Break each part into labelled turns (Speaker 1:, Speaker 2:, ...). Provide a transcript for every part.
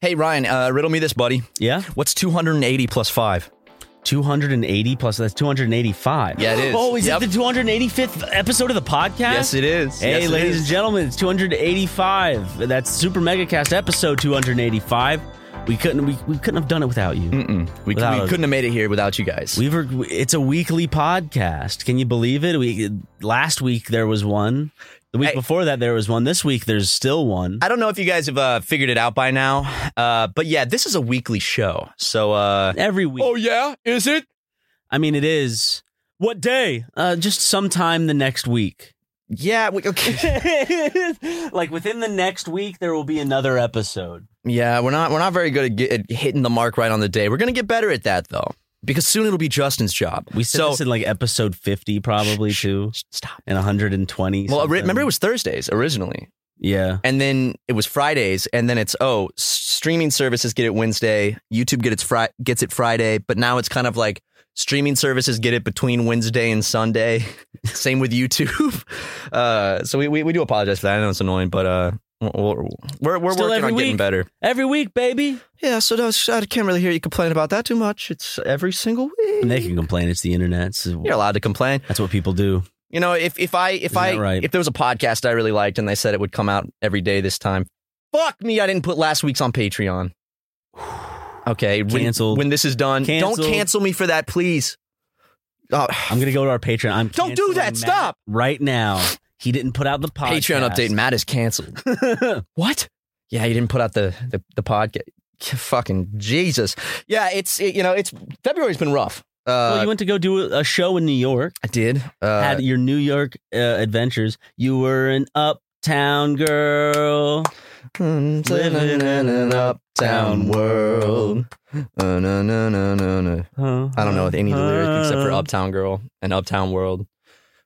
Speaker 1: Hey Ryan, uh, riddle me this, buddy.
Speaker 2: Yeah.
Speaker 1: What's 280 plus five?
Speaker 2: 280 plus that's 285.
Speaker 1: Yeah, it is.
Speaker 2: Oh, is
Speaker 1: Yep.
Speaker 2: it the 285th episode of the podcast?
Speaker 1: Yes, it is.
Speaker 2: Hey,
Speaker 1: Yes, it
Speaker 2: ladies
Speaker 1: is.
Speaker 2: and gentlemen, it's 285. That's Super Megacast episode 285. We couldn't we, we couldn't have done it without you.
Speaker 1: Mm-mm. We,
Speaker 2: Without-
Speaker 1: we couldn't have made it here without you guys.
Speaker 2: We were it's a weekly podcast. Can you believe it? We last week there was one. The week
Speaker 1: Hey.
Speaker 2: before that there was one. This week there's still one.
Speaker 1: I don't know if you guys have uh, figured it out by now, uh, but yeah, this is a weekly show. So, uh,
Speaker 2: Every week.
Speaker 1: yeah, is it?
Speaker 2: I mean it is what day? Uh, just sometime the next week.
Speaker 1: Yeah, we, okay.
Speaker 2: like within the next week, there will be another episode.
Speaker 1: yeah, we're not we're not very good at, get, at hitting the mark right on the day. We're gonna get better at that though, because soon it'll be Justin's job.
Speaker 2: We said
Speaker 1: so
Speaker 2: this in like episode fifty, probably
Speaker 1: Shh,
Speaker 2: too,
Speaker 1: shh, stop.
Speaker 2: and one hundred and twenty.
Speaker 1: Well, re- remember it was Thursdays originally,
Speaker 2: yeah,
Speaker 1: and then it was Fridays, and then it's oh, s- streaming services get it Wednesday, YouTube get its fri- gets it Friday, but now it's kind of like streaming services get it between Wednesday and Sunday. Same with YouTube. Uh, so we, we we do apologize for that. I know it's annoying, but uh, we're we're, we're
Speaker 2: Still
Speaker 1: working
Speaker 2: every
Speaker 1: on getting
Speaker 2: week.
Speaker 1: better.
Speaker 2: every week, baby.
Speaker 1: Yeah, so that's, I can't really hear you complain about that too much. It's every single week.
Speaker 2: And they can complain; it's the internet. So
Speaker 1: You're allowed to complain.
Speaker 2: that's what people do.
Speaker 1: You know, if if I if
Speaker 2: Isn't
Speaker 1: I
Speaker 2: that right?
Speaker 1: if there was a podcast I really liked and they said it would come out every day this time, fuck me, I didn't put last week's on Patreon. Okay, when-
Speaker 2: Canceled.
Speaker 1: When, this is done,
Speaker 2: Canceled.
Speaker 1: don't cancel me for that, please. Oh,
Speaker 2: I'm gonna go to our Patreon. I'm
Speaker 1: Don't do
Speaker 2: canceling
Speaker 1: that.
Speaker 2: Matt
Speaker 1: Stop.
Speaker 2: right now. He didn't put out the
Speaker 1: Patreon
Speaker 2: podcast.
Speaker 1: update. Uh, Matt is canceled.
Speaker 2: update.
Speaker 1: what? Yeah, you didn't put out the the, the podcast. Fucking Jesus. Yeah, it's it, you know it's February's been rough. Uh,
Speaker 2: well, you went to go do a, a show in New York.
Speaker 1: I did. Uh,
Speaker 2: had your New York uh, adventures. You were an uptown girl.
Speaker 1: Living in an uptown world. Uh, no, no, no, no, no. I don't know any of the lyrics except for
Speaker 2: Uh-huh.
Speaker 1: Uptown Girl and Uptown World.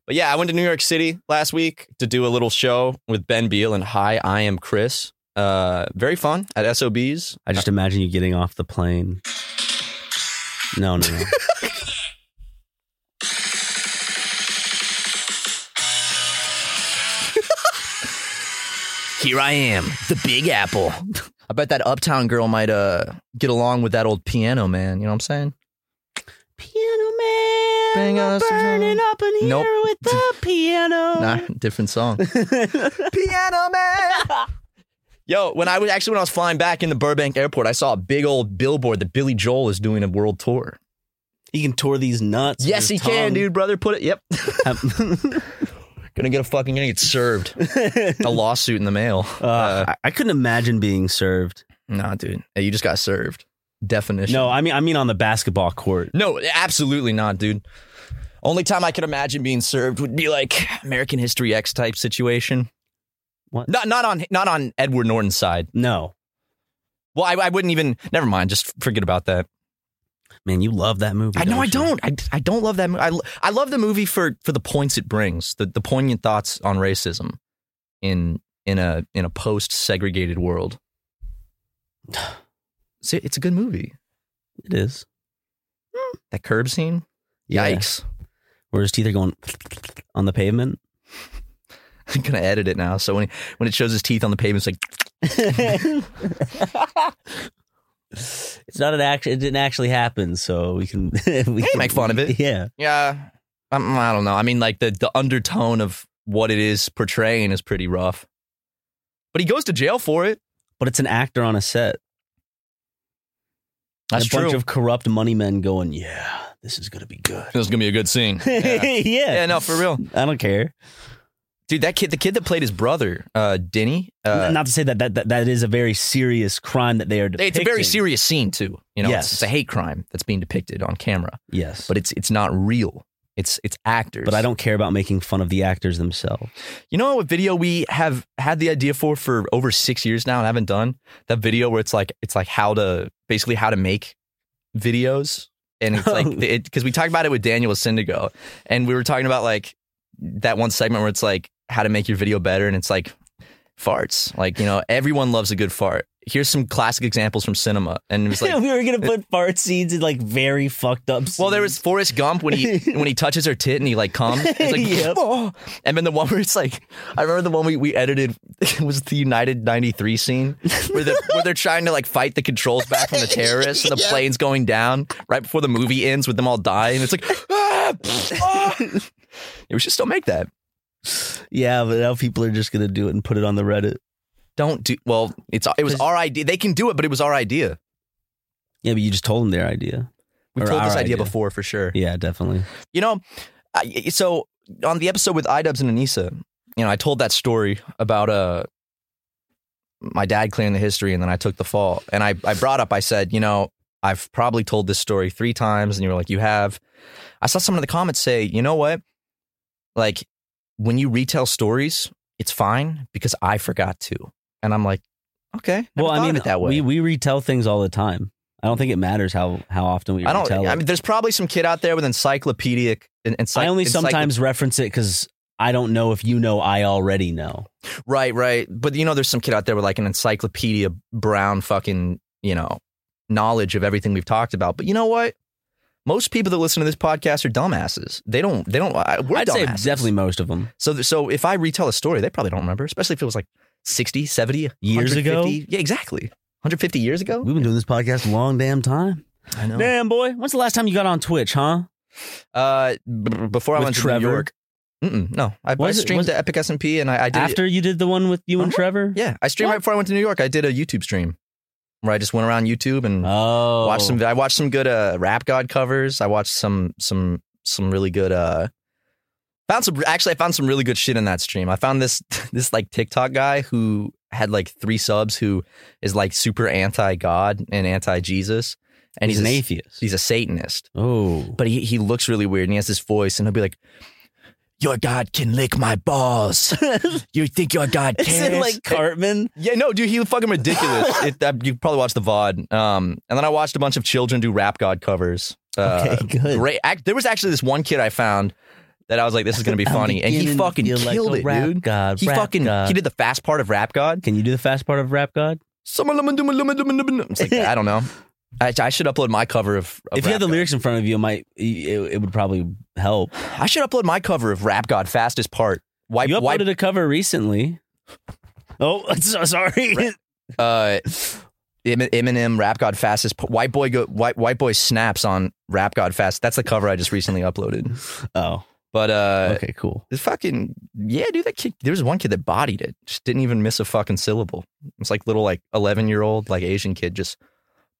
Speaker 1: But yeah, I went to New York City last week to do a little show with Ben Beal and Hi, I Am Chris. Uh, very fun at SOBs.
Speaker 2: I just imagine you getting off the plane. No, no, no.
Speaker 1: Here I am, the Big Apple. I bet that Uptown Girl might uh get along with that old piano man. You know what I'm saying?
Speaker 2: piano man,
Speaker 1: Bring
Speaker 2: we're
Speaker 1: us some-
Speaker 2: burning up in here
Speaker 1: Nope.
Speaker 2: with the piano.
Speaker 1: Nah, different song. piano man. Yo, when I was actually when I was flying back into Burbank Airport, I saw a big old billboard that Billy Joel is doing a world tour.
Speaker 2: he can tour these nuts. with
Speaker 1: Yes, he
Speaker 2: his
Speaker 1: can,
Speaker 2: tongue.
Speaker 1: dude, brother. Put it. Yep. gonna get a fucking gonna get served. a lawsuit in the mail.
Speaker 2: Uh, I, I couldn't imagine being served.
Speaker 1: Nah, dude. Hey, you just got served. Definition.
Speaker 2: No, I mean, I mean on the basketball court.
Speaker 1: No, absolutely not, dude. Only time I could imagine being served would be like American History X type situation.
Speaker 2: What?
Speaker 1: Not not on not on Edward Norton's side.
Speaker 2: No.
Speaker 1: Well, I, I wouldn't even. Never mind. Just forget about that.
Speaker 2: Man, you love that movie.
Speaker 1: I know I
Speaker 2: you?
Speaker 1: don't. I, I don't love that movie. I, I love the movie for for the points it brings, the, the poignant thoughts on racism in in a in a post segregated world. It's, it's a good movie.
Speaker 2: It is.
Speaker 1: That curb scene.
Speaker 2: Yeah.
Speaker 1: Yikes!
Speaker 2: Where his teeth are going on the pavement.
Speaker 1: I'm gonna edit it now. So when he, when it shows his teeth on the pavement, it's like
Speaker 2: It's not an act. It didn't actually happen, so we can we can
Speaker 1: make fun of it.
Speaker 2: Yeah,
Speaker 1: yeah. I'm, I don't know. I mean, like the the undertone of what it is portraying is pretty rough. But he goes to jail for it.
Speaker 2: but it's an actor on a set.
Speaker 1: That's
Speaker 2: a bunch
Speaker 1: true.
Speaker 2: of corrupt money men going, yeah, this is gonna be good.
Speaker 1: this is gonna be a good scene. Yeah. yeah, no, for real.
Speaker 2: I don't care.
Speaker 1: Dude, that kid, the kid that played his brother, uh, Denny, uh,
Speaker 2: Not to say that that, that that is a very serious crime that they are. Depicting.
Speaker 1: it's a very serious scene too. You know,
Speaker 2: Yes.
Speaker 1: it's, it's a hate crime that's being depicted on camera,
Speaker 2: Yes,
Speaker 1: but
Speaker 2: but
Speaker 1: it's it's not real. It's it's actors.
Speaker 2: but I don't care about making fun of the actors themselves.
Speaker 1: You know what video we have had the idea for for over six years now and haven't done that video where it's like it's like how to basically how to make videos and it's like because we talked about it with Daniel Syndigo and we were talking about like that one segment where it's like how to make your video better and it's like farts like you know everyone loves a good fart. Here's some classic examples from cinema and it was like
Speaker 2: we were gonna put fart scenes in like very fucked up.
Speaker 1: Well, there was Forrest Gump when he when he touches her tit and he like comes. It's like,
Speaker 2: Yep.
Speaker 1: "Oh." and then the one where it's like, I remember the one we, we edited was the United '93 scene where the, where they're trying to like fight the controls back from the terrorists and the plane's going down right before the movie ends with them all dying. It's like, ah, pff, ah." Yeah, we should still make that.
Speaker 2: yeah, but now people are just gonna do it and put it on the Reddit.
Speaker 1: Don't do well. It's it was our idea. They can do it, but it was our idea.
Speaker 2: Yeah, but you just told them their idea.
Speaker 1: We
Speaker 2: Or
Speaker 1: told
Speaker 2: our
Speaker 1: this idea
Speaker 2: idea.
Speaker 1: before for sure.
Speaker 2: Yeah, definitely.
Speaker 1: You know, I, so on the episode with Idubs and Anissa, you know, I told that story about uh my dad clearing the history and then I took the fall. And I, I brought up, I said, you know, I've probably told this story three times. And you were like, you have. I saw someone in the comments say, you know what? Like, when you retell stories, it's fine because I forgot to. And I'm like, okay. never
Speaker 2: well, I
Speaker 1: thought of
Speaker 2: mean,
Speaker 1: it that way.
Speaker 2: we we retell things all the time. I don't think it matters how how often we
Speaker 1: I don't.
Speaker 2: retell.
Speaker 1: I
Speaker 2: it.
Speaker 1: mean, there's probably some kid out there with encyclopedic. En- encycl-
Speaker 2: I only
Speaker 1: encyclop-
Speaker 2: sometimes reference it because I don't know if you know. I already know.
Speaker 1: Right, right. But you know, there's some kid out there with like an encyclopedia brown fucking, you know, knowledge of everything we've talked about. But you know what? Most people that listen to this podcast are dumbasses. They don't. They don't. I, we're
Speaker 2: I'd say
Speaker 1: dumbasses.
Speaker 2: definitely most of them.
Speaker 1: So, th- so if I retell a story, they probably don't remember, especially if it was like 60, 70
Speaker 2: Years ago?
Speaker 1: 150 Yeah, exactly. 150 years ago.
Speaker 2: We've been doing this podcast a long damn time.
Speaker 1: I know.
Speaker 2: Damn boy, when's the last time you got on Twitch, huh?
Speaker 1: Uh, b- before I
Speaker 2: With
Speaker 1: went to New
Speaker 2: Trevor?
Speaker 1: York. Mm-mm, no, I, I
Speaker 2: Was it-
Speaker 1: streamed
Speaker 2: was-
Speaker 1: to Epic SMP and I, I did it-
Speaker 2: After you did the one with you and
Speaker 1: Uh-huh.
Speaker 2: Trevor?
Speaker 1: Yeah, I streamed
Speaker 2: What?
Speaker 1: right before I went to New York. I did a YouTube stream where I just went around YouTube and
Speaker 2: Oh,
Speaker 1: Watch some. I watched some good uh, rap god covers. I watched some some some really good. Uh, found some. Actually, I found some really good shit in that stream. I found this this like TikTok guy who had like three subs who is like super anti God and anti Jesus, and
Speaker 2: And
Speaker 1: he's,
Speaker 2: he's an
Speaker 1: a,
Speaker 2: atheist.
Speaker 1: He's a Satanist,
Speaker 2: oh,
Speaker 1: but he he looks really weird and he has this voice, and he'll be like. Your God can lick my balls. you think your God cares?
Speaker 2: Cartman?
Speaker 1: Yeah, no, dude, he fucking ridiculous. it, that, you probably watched the VOD. Um, and then I watched a bunch of children do Rap God covers. Uh,
Speaker 2: okay, good.
Speaker 1: Great. Act, there was actually this one kid I found that I was like, this is going to be
Speaker 2: I'm
Speaker 1: funny. And he
Speaker 2: beginning to
Speaker 1: fucking
Speaker 2: feel
Speaker 1: killed
Speaker 2: like a
Speaker 1: it,
Speaker 2: rap
Speaker 1: dude.
Speaker 2: God,
Speaker 1: He
Speaker 2: rap
Speaker 1: fucking,
Speaker 2: God.
Speaker 1: he did the fast part of Rap God.
Speaker 2: Can you do the fast part of Rap God?
Speaker 1: It's like, I don't know. I, I should upload my cover of, of
Speaker 2: if you
Speaker 1: Rap
Speaker 2: had the
Speaker 1: God.
Speaker 2: lyrics in front of you, it might it, it would probably help.
Speaker 1: I should upload my cover of Rap God, Fastest Part. Wipe,
Speaker 2: you uploaded
Speaker 1: wipe,
Speaker 2: a cover recently. Oh, so sorry.
Speaker 1: uh, Em- Eminem, Rap God, Fastest Part. White Boy, go, white, white Boy snaps on Rap God, Fast. That's the cover I just recently uploaded.
Speaker 2: Oh,
Speaker 1: But uh,
Speaker 2: okay, cool.
Speaker 1: this fucking yeah, dude. That kid. There was one kid that bodied it. Just didn't even miss a fucking syllable. It's like little like eleven year old like Asian kid just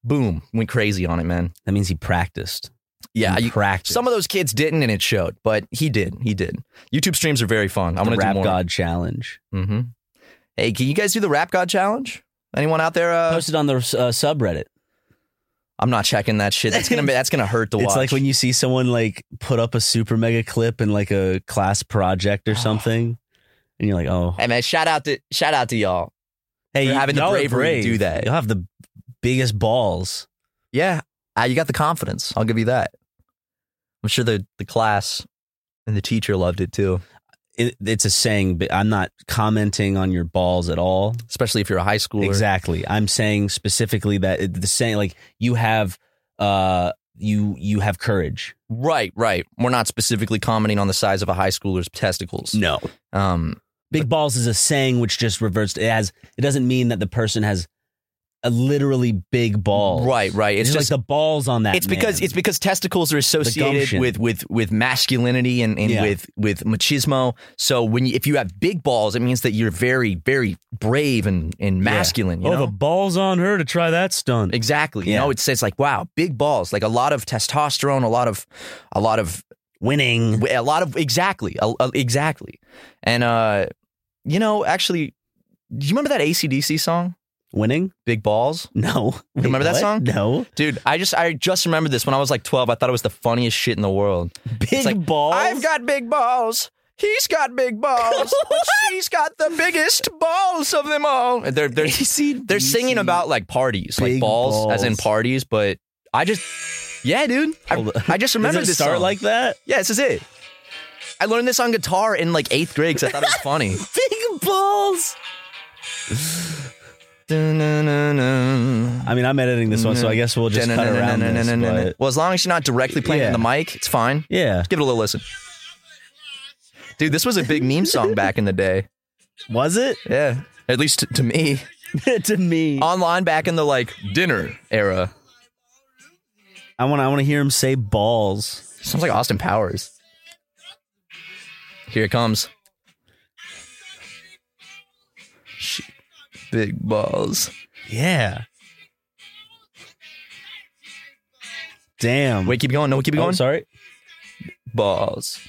Speaker 1: boom went crazy on it, man.
Speaker 2: That means he practiced.
Speaker 1: Yeah,
Speaker 2: he
Speaker 1: you-
Speaker 2: practiced.
Speaker 1: some of those kids didn't, and it showed. But he did. He did. YouTube streams are very fun. I'm
Speaker 2: the
Speaker 1: gonna
Speaker 2: Rap
Speaker 1: do more.
Speaker 2: God challenge.
Speaker 1: Mm-hmm. Hey, can you guys do the Rap God challenge? Anyone out there? Uh,
Speaker 2: Posted on the uh, subreddit.
Speaker 1: I'm not checking that shit. That's gonna be, that's gonna hurt to watch.
Speaker 2: It's like when you see someone like put up a super mega clip in like a class project or
Speaker 1: Ah.
Speaker 2: something, and you're like, oh,
Speaker 1: Hey man, shout out to shout out to y'all.
Speaker 2: hey,
Speaker 1: having the
Speaker 2: y'all are
Speaker 1: bravery to
Speaker 2: brave.
Speaker 1: do that.
Speaker 2: You'll have the biggest balls.
Speaker 1: Yeah, uh, you got the confidence. I'll give you that. I'm sure the the class and the teacher loved it too,
Speaker 2: It, it's a saying, but I'm not commenting on your balls at all.
Speaker 1: especially if you're a high schooler.
Speaker 2: Exactly. I'm saying specifically that it- the saying, like you have, uh, you you have courage.
Speaker 1: Right, right. We're not specifically commenting on the size of a high schooler's testicles.
Speaker 2: No,
Speaker 1: Um,
Speaker 2: big balls is a saying which just reverts. It has. It doesn't mean that the person has a literally big balls.
Speaker 1: Right, right.
Speaker 2: It's,
Speaker 1: It's
Speaker 2: just,
Speaker 1: just-
Speaker 2: like the balls on that.
Speaker 1: it's because
Speaker 2: man.
Speaker 1: it's because testicles are associated
Speaker 2: gumption.
Speaker 1: with with with masculinity and, and
Speaker 2: Yeah.
Speaker 1: with with machismo. So when you, if you have big balls, it means that you're very very brave and and masculine. You
Speaker 2: oh,
Speaker 1: know?
Speaker 2: the balls on her to try that stunt.
Speaker 1: Exactly. You
Speaker 2: Yeah.
Speaker 1: know, it's it's like wow, big balls, like a lot of testosterone, a lot of, a lot of,
Speaker 2: Winning.
Speaker 1: a lot of exactly, a, a- exactly. And uh, you know, actually, do you remember that ACDC song,
Speaker 2: Winning?
Speaker 1: Big Balls?
Speaker 2: No. Wait,
Speaker 1: remember that
Speaker 2: what?
Speaker 1: song?
Speaker 2: No.
Speaker 1: Dude, I just I just remembered this when I was like 12. I thought it was the funniest shit in the world.
Speaker 2: Big
Speaker 1: like,
Speaker 2: balls.
Speaker 1: I've got big balls. He's got big balls. but she's got the biggest balls of them all. And They're they're they're singing about like parties, like
Speaker 2: Big
Speaker 1: balls, as in
Speaker 2: balls.
Speaker 1: parties, but I just Yeah, dude. I,
Speaker 2: Hold up.
Speaker 1: I just remembered
Speaker 2: Does it
Speaker 1: this
Speaker 2: start
Speaker 1: song.
Speaker 2: like that?
Speaker 1: Yeah, this is it. I learned this on guitar in like 8th grade cuz I thought it was funny.
Speaker 2: Big balls.
Speaker 1: Dun-dun-dun-dun.
Speaker 2: I mean, I'm editing this one, so I guess we'll just cut around this. but-
Speaker 1: Well, as long as you're not directly playing
Speaker 2: Yeah.
Speaker 1: in the mic, it's fine.
Speaker 2: Yeah.
Speaker 1: Give it a little listen. Dude, this was a big meme song back in the day.
Speaker 2: Was it?
Speaker 1: Yeah. At least t- to me.
Speaker 2: to me.
Speaker 1: Online back in the like dinner era.
Speaker 2: I want to I want to hear him say balls.
Speaker 1: Sounds like Austin Powers. Here it comes. Sh- Big balls.
Speaker 2: Yeah. Damn.
Speaker 1: Wait, keep going. No, keep
Speaker 2: Oh,
Speaker 1: going.
Speaker 2: sorry.
Speaker 1: balls.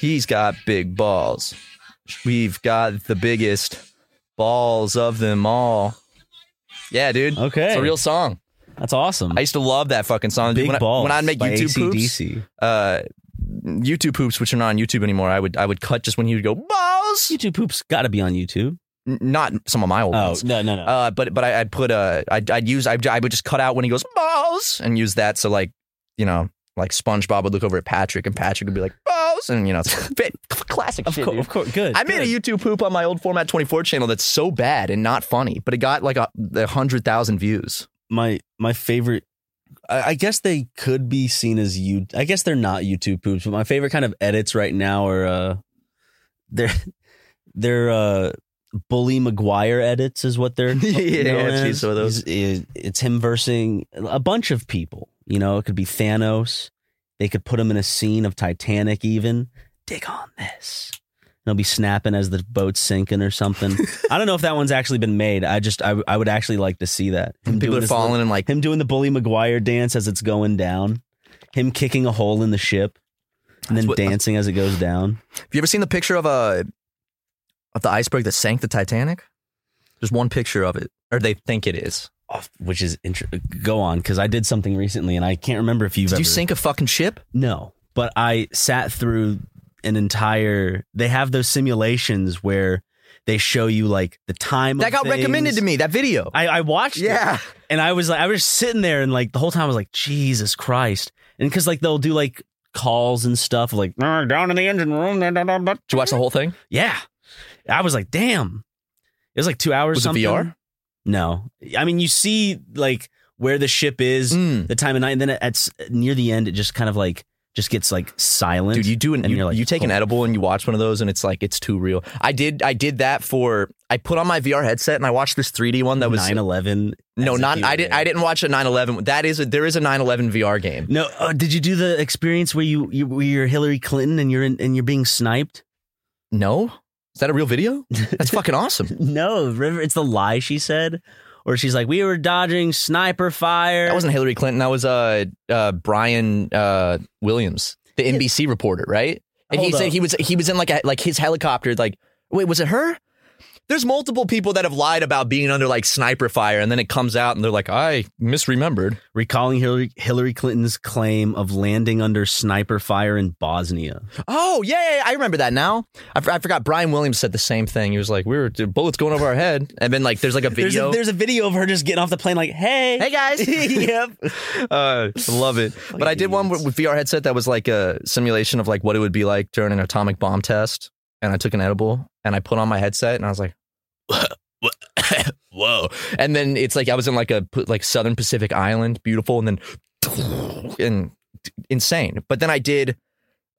Speaker 1: He's got big balls. We've got the biggest balls of them all. Yeah, dude.
Speaker 2: Okay.
Speaker 1: It's a real song.
Speaker 2: That's awesome.
Speaker 1: I used to love that fucking song.
Speaker 2: Big
Speaker 1: when I,
Speaker 2: balls.
Speaker 1: when I'd make
Speaker 2: by
Speaker 1: YouTube poops,
Speaker 2: AC/DC.
Speaker 1: uh, YouTube poops, which are not on YouTube anymore, I would I would cut just when he would go balls.
Speaker 2: YouTube poops got to be on YouTube.
Speaker 1: N- Not some of my old
Speaker 2: Oh
Speaker 1: ones.
Speaker 2: no no no.
Speaker 1: Uh, but but I, I'd put uh, I'd, I'd use I'd, I would just cut out when he goes balls and use that so like you know like SpongeBob would look over at Patrick and Patrick would be like balls and you know it's classic
Speaker 2: of
Speaker 1: shit.
Speaker 2: course,
Speaker 1: dude.
Speaker 2: of course, good.
Speaker 1: I made a
Speaker 2: good.
Speaker 1: YouTube poop on my old format 24 channel that's so bad and not funny, but it got like a, a hundred thousand views.
Speaker 2: my my favorite. I, I guess they could be seen as you. I guess they're not YouTube poops, but my favorite kind of edits right now are uh, they're they're uh, bully McGuire edits is what they're
Speaker 1: Yeah,
Speaker 2: known
Speaker 1: I've seen
Speaker 2: as.
Speaker 1: some of those.
Speaker 2: He's- i- it's him versing a bunch of people. You know, it could be Thanos. They could put him in a scene of Titanic, even dig on this. And He'll be snapping as the boat's sinking or something. I don't know if that one's actually been made. I just I, I would actually like to see that. Him
Speaker 1: People
Speaker 2: doing
Speaker 1: are
Speaker 2: his little-
Speaker 1: falling and like
Speaker 2: him doing the bully McGuire dance as it's going down, him kicking a hole in the ship, and then
Speaker 1: That's what-
Speaker 2: dancing as it goes down.
Speaker 1: Have you ever seen the picture of a of the iceberg that sank the Titanic? There's one picture of it, or they think it is.
Speaker 2: Oh, which is inter- go on because I did something recently and I can't remember if you've
Speaker 1: Did
Speaker 2: ever
Speaker 1: you sink a fucking ship?
Speaker 2: No, but I sat through an entire. They have those simulations where they show you like the time
Speaker 1: that
Speaker 2: of
Speaker 1: got
Speaker 2: things.
Speaker 1: recommended to me. That video.
Speaker 2: I, I watched it.
Speaker 1: yeah.
Speaker 2: and I was like, I was just sitting there, and like the whole time I was like, Jesus Christ, and because like they'll do like calls and stuff, like "Ah, down in the engine room. da, da, da, da."
Speaker 1: Did you watch the whole thing?
Speaker 2: Yeah, I was like, damn, it was like two hours.
Speaker 1: Was it
Speaker 2: something.
Speaker 1: VR?
Speaker 2: No, I mean you see like where the ship is,
Speaker 1: Mm.
Speaker 2: the time of night, and then at, at s- near the end, it just kind of like just gets like silent.
Speaker 1: Dude, you do an
Speaker 2: And
Speaker 1: you,
Speaker 2: you're like,
Speaker 1: you take an
Speaker 2: "Oh."
Speaker 1: edible and you watch one of those and it's like it's too real. I did I did that for I put on my VR headset and I watched this 3D one that was
Speaker 2: 9/11.
Speaker 1: no
Speaker 2: as a
Speaker 1: not
Speaker 2: theater
Speaker 1: I didn't
Speaker 2: game.
Speaker 1: I didn't watch a 911. That is a, there is a 911 VR game.
Speaker 2: No, uh, did you do the experience where you, you where you're Hillary Clinton and you're in, and you're being sniped?
Speaker 1: No? Is that a real video? That's fucking awesome.
Speaker 2: No, River. It's the lie she said, or she's like, we were dodging sniper fire.
Speaker 1: That wasn't Hillary Clinton. That was uh, uh Brian uh Williams, the NBC reporter, right? And he
Speaker 2: Hold
Speaker 1: said
Speaker 2: up.
Speaker 1: he was he was in like a like his helicopter like wait, was it her? There's multiple people that have lied about being under like sniper fire, and then it comes out and they're like, I misremembered.
Speaker 2: recalling Hillary, Hillary Clinton's claim of landing under sniper fire in Bosnia.
Speaker 1: Oh yeah, yeah, yeah, I remember that now. I, for- I forgot Brian Williams said the same thing. He was like, we were bullets going over our head, and then like there's like a
Speaker 2: There's a,
Speaker 1: video.
Speaker 2: there's a video of her just getting off the plane like, hey.
Speaker 1: hey guys,
Speaker 2: yep.
Speaker 1: uh, love it. But I did one with, with VR headset that was like a simulation of like what it would be like during an atomic bomb test, and I took an edible and I put on my headset and I was like. Whoa! And then it's like I was in like a like Southern Pacific island, beautiful, and then and insane. But then I did.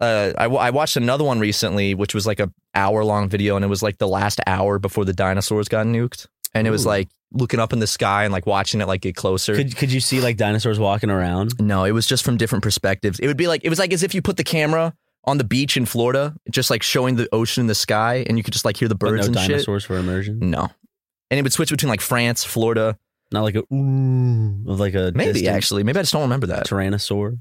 Speaker 1: Uh, I, wa- I watched another one recently, which was like a hour long video, and it was like the last hour before the dinosaurs got nuked, and it was
Speaker 2: Ooh.
Speaker 1: like looking up in the sky and like watching it like get closer.
Speaker 2: Could, could you see like dinosaurs walking around?
Speaker 1: No, it was just from different perspectives. It would be like it was like as if you put the camera on the beach in Florida, just like showing the ocean and the sky, and you could just like hear the
Speaker 2: But
Speaker 1: birds
Speaker 2: no
Speaker 1: and
Speaker 2: dinosaurs for
Speaker 1: shit.
Speaker 2: immersion.
Speaker 1: No, and it would switch between like France, Florida,
Speaker 2: Not like a ooh of like a
Speaker 1: maybe
Speaker 2: distant
Speaker 1: actually, maybe I just don't remember that.
Speaker 2: tyrannosaur.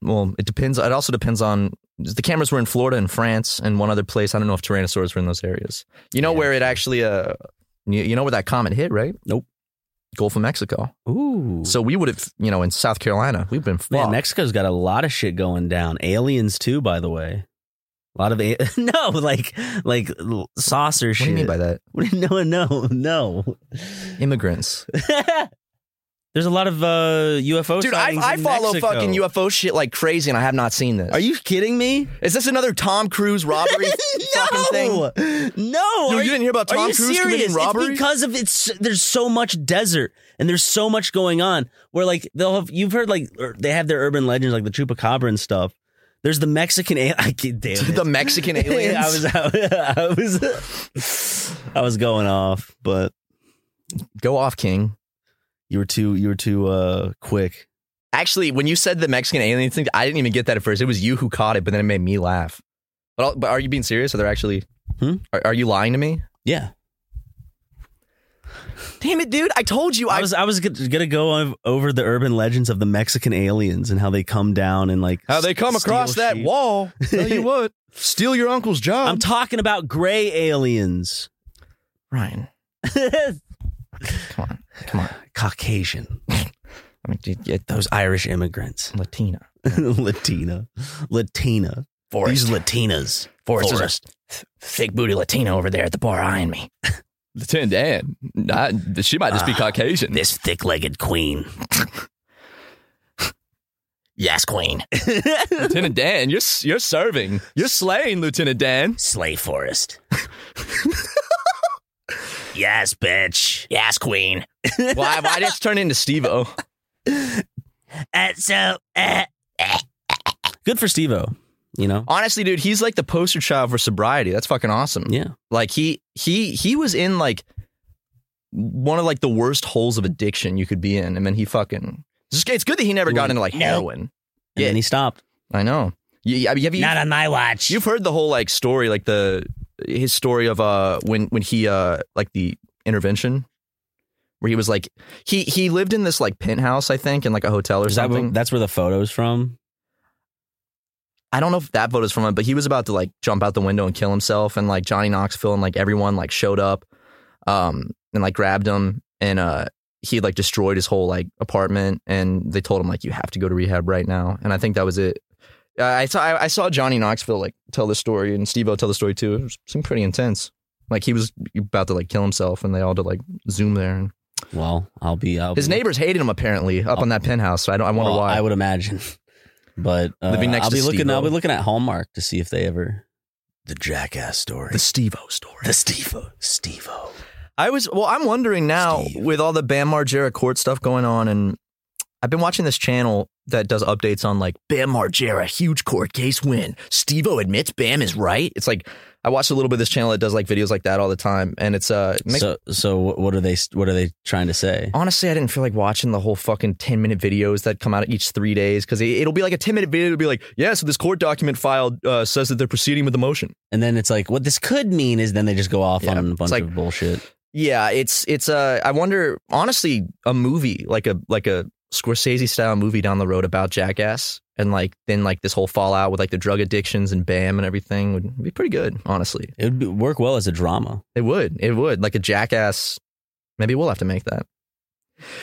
Speaker 1: Well, it depends. It also depends on the cameras were in Florida and France and one other place. I don't know if tyrannosaurs were in those areas. You know
Speaker 2: Yeah.
Speaker 1: where it actually uh, you, you know where that comet hit, right?
Speaker 2: Nope.
Speaker 1: Gulf of Mexico.
Speaker 2: Ooh.
Speaker 1: So we would have, you know, in South Carolina, we've been
Speaker 2: man,
Speaker 1: fucked.
Speaker 2: Mexico's got a lot of shit going down. Aliens too, by the way. A lot of a- no, like like l- saucer
Speaker 1: What
Speaker 2: shit.
Speaker 1: do you mean by that?
Speaker 2: What do you- No, no, no.
Speaker 1: Immigrants.
Speaker 2: There's a lot of uh, UFO
Speaker 1: Dude, I,
Speaker 2: sightings
Speaker 1: I
Speaker 2: in
Speaker 1: follow
Speaker 2: Mexico.
Speaker 1: fucking UFO shit like crazy, and I have not seen this.
Speaker 2: Are you kidding me?
Speaker 1: Is this another Tom Cruise robbery fucking thing?
Speaker 2: no, no.
Speaker 1: Dude,
Speaker 2: Are
Speaker 1: you didn't hear about
Speaker 2: are
Speaker 1: Tom
Speaker 2: you
Speaker 1: Cruise committing
Speaker 2: serious?
Speaker 1: robbery?
Speaker 2: It's because of it's. There's so much desert and there's so much going on. Where like they'll have you've heard like ur- they have their urban legends like the chupacabra and stuff. There's the Mexican. A- I can't damn it.
Speaker 1: the Mexican aliens.
Speaker 2: I was I was I was going off, but
Speaker 1: Go off, King.
Speaker 2: you were too you were too uh quick.
Speaker 1: Actually, when you said the Mexican alien thing, I didn't even get that at first. It was you who caught it, but then it made me laugh. But, I'll- but are you being serious? Are they actually?
Speaker 2: Hmm?
Speaker 1: Are, are you lying to me?
Speaker 2: Yeah,
Speaker 1: Damn it, dude! I told you.
Speaker 2: I was I was g- gonna go ov- over the urban legends of the Mexican aliens and how they come down and like
Speaker 1: How they come
Speaker 2: s- steal
Speaker 1: across that
Speaker 2: sheep.
Speaker 1: wall? Tell you what, steal your uncle's job.
Speaker 2: I'm talking about gray aliens.
Speaker 1: Ryan. Come on, come on.
Speaker 2: Caucasian,
Speaker 1: I mean, dude, get
Speaker 2: those Irish immigrants,
Speaker 1: Latina.
Speaker 2: Latina, Latina,
Speaker 1: Forrest.
Speaker 2: these Latinas.
Speaker 1: Forrest, is a
Speaker 2: Forrest.
Speaker 1: th- thick booty Latino over there at the bar eyeing me. Lieutenant Dan, she might
Speaker 2: just be
Speaker 1: Caucasian.
Speaker 2: This thick-legged queen.
Speaker 1: yes, Queen. Lieutenant Dan, you're you're serving. You're slaying, Lieutenant Dan.
Speaker 2: Slay Forest. yes, bitch.
Speaker 1: Yes, Queen. why? Why did it turn into Steve-O?
Speaker 2: Uh, so, uh, good for Stevo. You know.
Speaker 1: Honestly, dude, he's like the poster child for sobriety. That's fucking awesome.
Speaker 2: Yeah.
Speaker 1: Like he he he was in like one of like the worst holes of addiction you could be in, and then he fucking. It's it's good that he never
Speaker 2: He
Speaker 1: got
Speaker 2: went,
Speaker 1: into like
Speaker 2: "No."
Speaker 1: heroin.
Speaker 2: And
Speaker 1: Yeah.
Speaker 2: then he stopped.
Speaker 1: I know. You, I mean, have you,
Speaker 2: on my watch.
Speaker 1: You've heard the whole like story, like the his story of uh when when he uh like the intervention where he was like he he lived in this like penthouse I think in like a hotel or
Speaker 2: Is that where-
Speaker 1: something.
Speaker 2: that's where the photo's from.
Speaker 1: I don't know if that photo's from him, but he was about to like jump out the window and kill himself, and like Johnny Knoxville and like everyone like showed up, um, and like grabbed him, and uh, he like destroyed his whole like apartment, and they told him like you have to go to rehab right now, and I think that was it. Uh, I saw I, I saw Johnny Knoxville like tell the story, and Steve-O tell the story too. It was seemed pretty intense. Like he was about to like kill himself, and they all did like zoom there. And
Speaker 2: Well, I'll be. I'll
Speaker 1: his
Speaker 2: be,
Speaker 1: neighbors hated him apparently up on that penthouse. So I don't. I wonder
Speaker 2: well,
Speaker 1: why.
Speaker 2: I would imagine. But uh,
Speaker 1: Living next
Speaker 2: I'll
Speaker 1: to
Speaker 2: be looking.
Speaker 1: Steve-O.
Speaker 2: I'll be looking at Hallmark to see if they ever the Jackass story.
Speaker 1: the Steve-O story.
Speaker 2: the Stevo. Stevo.
Speaker 1: I was well. I'm wondering now
Speaker 2: Steve.
Speaker 1: with all the Bam Margera court stuff going on, and I've been watching this channel that does updates on like Bam Margera huge court case win. Stevo admits Bam is right. It's like I watched a little bit of this channel that does like videos like that all the time, and it's uh. it makes-
Speaker 2: So, so what what are they? What are they trying to say?
Speaker 1: Honestly, I didn't feel like watching the whole fucking 10 minute videos that come out each three days because it, it'll be like a 10 minute video. It'll be like, yeah, so this court document filed uh, says that they're proceeding with the motion.
Speaker 2: And then it's like, what this could mean is then they just go off
Speaker 1: Yeah,
Speaker 2: on a
Speaker 1: it's
Speaker 2: bunch
Speaker 1: like-
Speaker 2: of bullshit.
Speaker 1: Yeah, it's it's uh I wonder honestly a movie like a like a Scorsese style movie down the road about Jackass, and like then like this whole fallout with like the drug addictions and Bam and everything would be pretty good. Honestly,
Speaker 2: It would be- work well as a drama.
Speaker 1: it would. It would like a Jackass. Maybe we'll have to make that.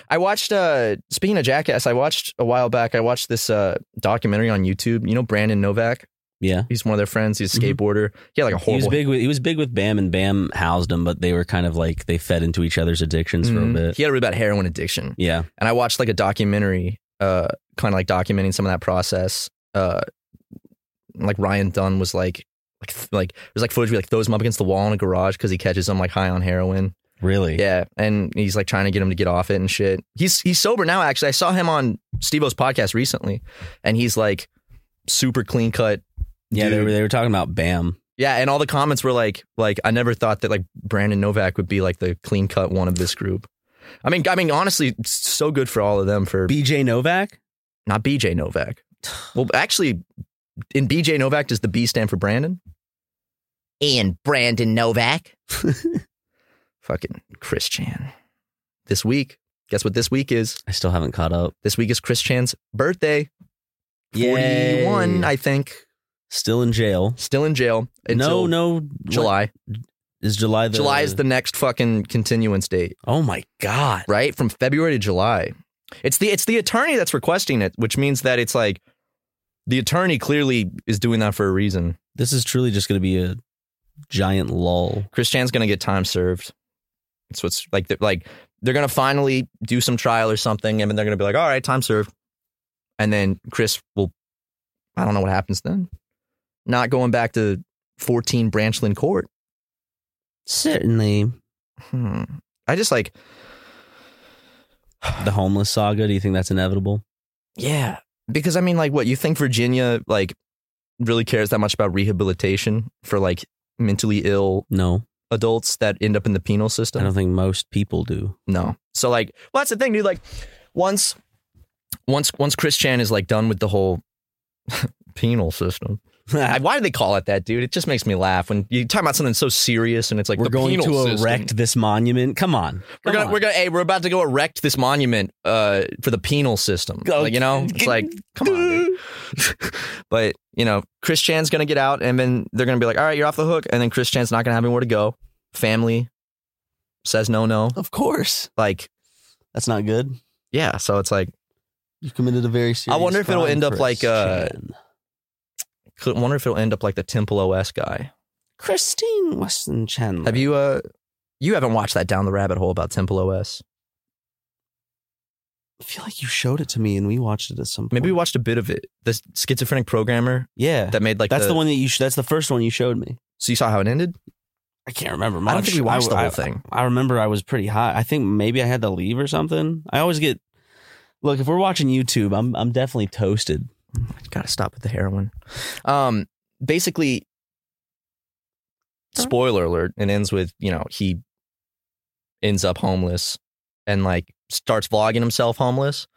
Speaker 1: I watched. uh Speaking of Jackass, I watched a while back. I watched this uh documentary on YouTube. You know Brandon Novak.
Speaker 2: Yeah.
Speaker 1: He's one of their friends. He's a
Speaker 2: Mhm.
Speaker 1: skateboarder. He had like a
Speaker 2: He was
Speaker 1: horrible
Speaker 2: big with he was big with Bam and Bam housed him, but they were kind of like they fed into each other's addictions for a
Speaker 1: Mhm.
Speaker 2: bit.
Speaker 1: He had a really bad heroin addiction.
Speaker 2: Yeah.
Speaker 1: and I watched like a documentary, uh, kind of like documenting some of that process. Uh, like Ryan Dunn was like, like, th- like there's like footage where he, like throws him up against the wall in a garage because he catches him like high on heroin.
Speaker 2: Really?
Speaker 1: Yeah, and he's like trying to get him to get off it and shit. He's he's sober now. Actually, I saw him on Steve-O's podcast recently, and he's like super clean cut.
Speaker 2: Yeah, they
Speaker 1: dude.
Speaker 2: were they were talking about Bam.
Speaker 1: Yeah, and all the comments were like, like I never thought that like Brandon Novak would be like the clean cut one of this group. I mean, I mean, honestly, s- so good for all of them for
Speaker 2: BJ Novak?
Speaker 1: not BJ Novak. Well, actually, in BJ Novak, does the B stand for Brandon? And Brandon Novak. Fucking Chris Chan. This week, guess what this week is?
Speaker 2: I still haven't caught up.
Speaker 1: This week is Chris Chan's birthday. 41,
Speaker 2: Yay.
Speaker 1: I think.
Speaker 2: still in jail.
Speaker 1: Still in jail.
Speaker 2: no,
Speaker 1: until
Speaker 2: no
Speaker 1: July.
Speaker 2: What, is July the
Speaker 1: July is the next fucking continuance date.
Speaker 2: Oh my god.
Speaker 1: right? From February to July. It's the it's the attorney that's requesting it, which means that it's like the attorney clearly is doing that for a reason.
Speaker 2: This is truly just gonna be a giant lull.
Speaker 1: Chris Chan's gonna get time served. It's what's like they're, like they're gonna finally do some trial or something, and then they're gonna be like, all right, time served, and then Chris will. I don't know what happens then. Not going back to 14 Branchland Court.
Speaker 2: Certainly.
Speaker 1: Hmm. I just like
Speaker 2: The homeless saga, do you think that's inevitable?
Speaker 1: Yeah. Because I mean, like, what you think Virginia like really cares that much about rehabilitation for like mentally ill
Speaker 2: No.
Speaker 1: adults that end up in the penal
Speaker 2: I don't
Speaker 1: system?
Speaker 2: think most people do.
Speaker 1: No. So like, well, that's the thing, dude. Like, once, once, once Chris Chan is like done with the whole penal system.
Speaker 2: Ah.
Speaker 1: I- Why do they call it that, dude? It just makes me laugh when you talk about something so serious and it's like
Speaker 2: we're
Speaker 1: the
Speaker 2: going
Speaker 1: penal
Speaker 2: to
Speaker 1: system.
Speaker 2: erect this monument. Come on.
Speaker 1: We're
Speaker 2: Come
Speaker 1: gonna,
Speaker 2: on.
Speaker 1: we're gonna, hey, we're about to go erect this monument uh, for the penal system.
Speaker 2: Oh,
Speaker 1: Like, you know, it's like, come on, dude. but you know, Chris Chan's gonna get out, and then they're gonna be like, "All right, you're off the hook," and then Chris Chan's not gonna have anywhere to go. Family says no, no.
Speaker 2: Of course.
Speaker 1: Like,
Speaker 2: That's not good.
Speaker 1: yeah. So it's like,
Speaker 2: You committed a very serious.
Speaker 1: wonder if it'll
Speaker 2: crime,
Speaker 1: end up
Speaker 2: Chris
Speaker 1: like, uh,
Speaker 2: Chan.
Speaker 1: I wonder if it'll end up like the Temple OS guy.
Speaker 2: Christine Weston Chandler.
Speaker 1: Have you? uh You haven't watched that down the rabbit hole about Temple OS?
Speaker 2: I feel like you showed it to me and we watched it at some. Point.
Speaker 1: Maybe we watched a bit of it. The schizophrenic programmer
Speaker 2: Yeah,
Speaker 1: that made like
Speaker 2: that's the, one that you. Sh- that's the first one you showed me.
Speaker 1: So you saw how it ended?
Speaker 2: I can't remember.
Speaker 1: I don't think we watched the
Speaker 2: I-
Speaker 1: whole
Speaker 2: I-
Speaker 1: thing.
Speaker 2: I remember I was pretty hot. I think maybe I had to leave or something. I always get. Look, if we're watching YouTube, I'm I'm definitely toasted.
Speaker 1: Gotta stop with the heroin. Um, basically, spoiler alert, it ends with, you know, he ends up homeless and like starts vlogging himself homeless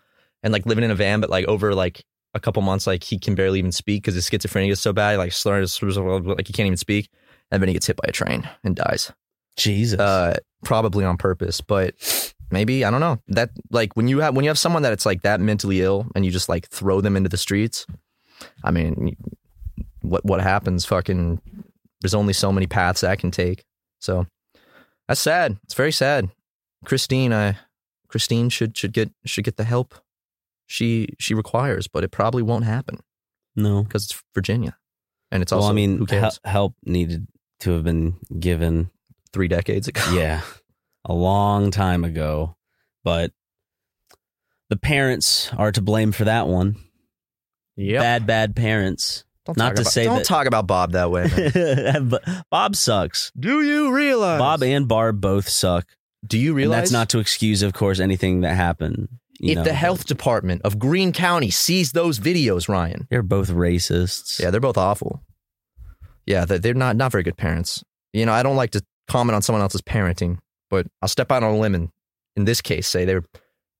Speaker 1: and like living in a van, but like over like a couple months, like he can barely even speak because his schizophrenia is so bad, like slurring, his- like he can't even speak. And then he gets hit by a train and dies.
Speaker 2: Jesus.
Speaker 1: Uh, probably on purpose, but maybe I don't know. That like when you have when you have someone that it's like that mentally ill, and you just like throw them into the streets. I mean, what what happens? Fucking, there's only so many paths that can take. So that's sad. It's very sad. Christine, I Christine should should get should get the help she she requires, but it probably won't happen
Speaker 2: no.
Speaker 1: because it's Virginia, and it's
Speaker 2: Well,
Speaker 1: also
Speaker 2: I mean,
Speaker 1: who cares?
Speaker 2: he- help needed to have been given
Speaker 1: Three decades ago.
Speaker 2: yeah, a long time ago. But the parents are to blame for that one.
Speaker 1: Yep.
Speaker 2: Bad, bad parents.
Speaker 1: Don't
Speaker 2: Not
Speaker 1: talk
Speaker 2: to
Speaker 1: about-
Speaker 2: say
Speaker 1: don't
Speaker 2: that-
Speaker 1: talk about Bob that way. man.
Speaker 2: But Bob sucks.
Speaker 1: Do you realize?
Speaker 2: Bob and Barb both suck.
Speaker 1: do you
Speaker 2: And
Speaker 1: realize?
Speaker 2: that's not to excuse, of course, anything that happened. you
Speaker 1: if
Speaker 2: know,
Speaker 1: the
Speaker 2: but
Speaker 1: health department of Greene County sees those videos, Ryan.
Speaker 2: They're both racists.
Speaker 1: Yeah, they're both awful. Yeah, they're, they're not not very good parents. You know, I don't like to comment on someone else's parenting, but I'll step out on a limb and, in this case, say they're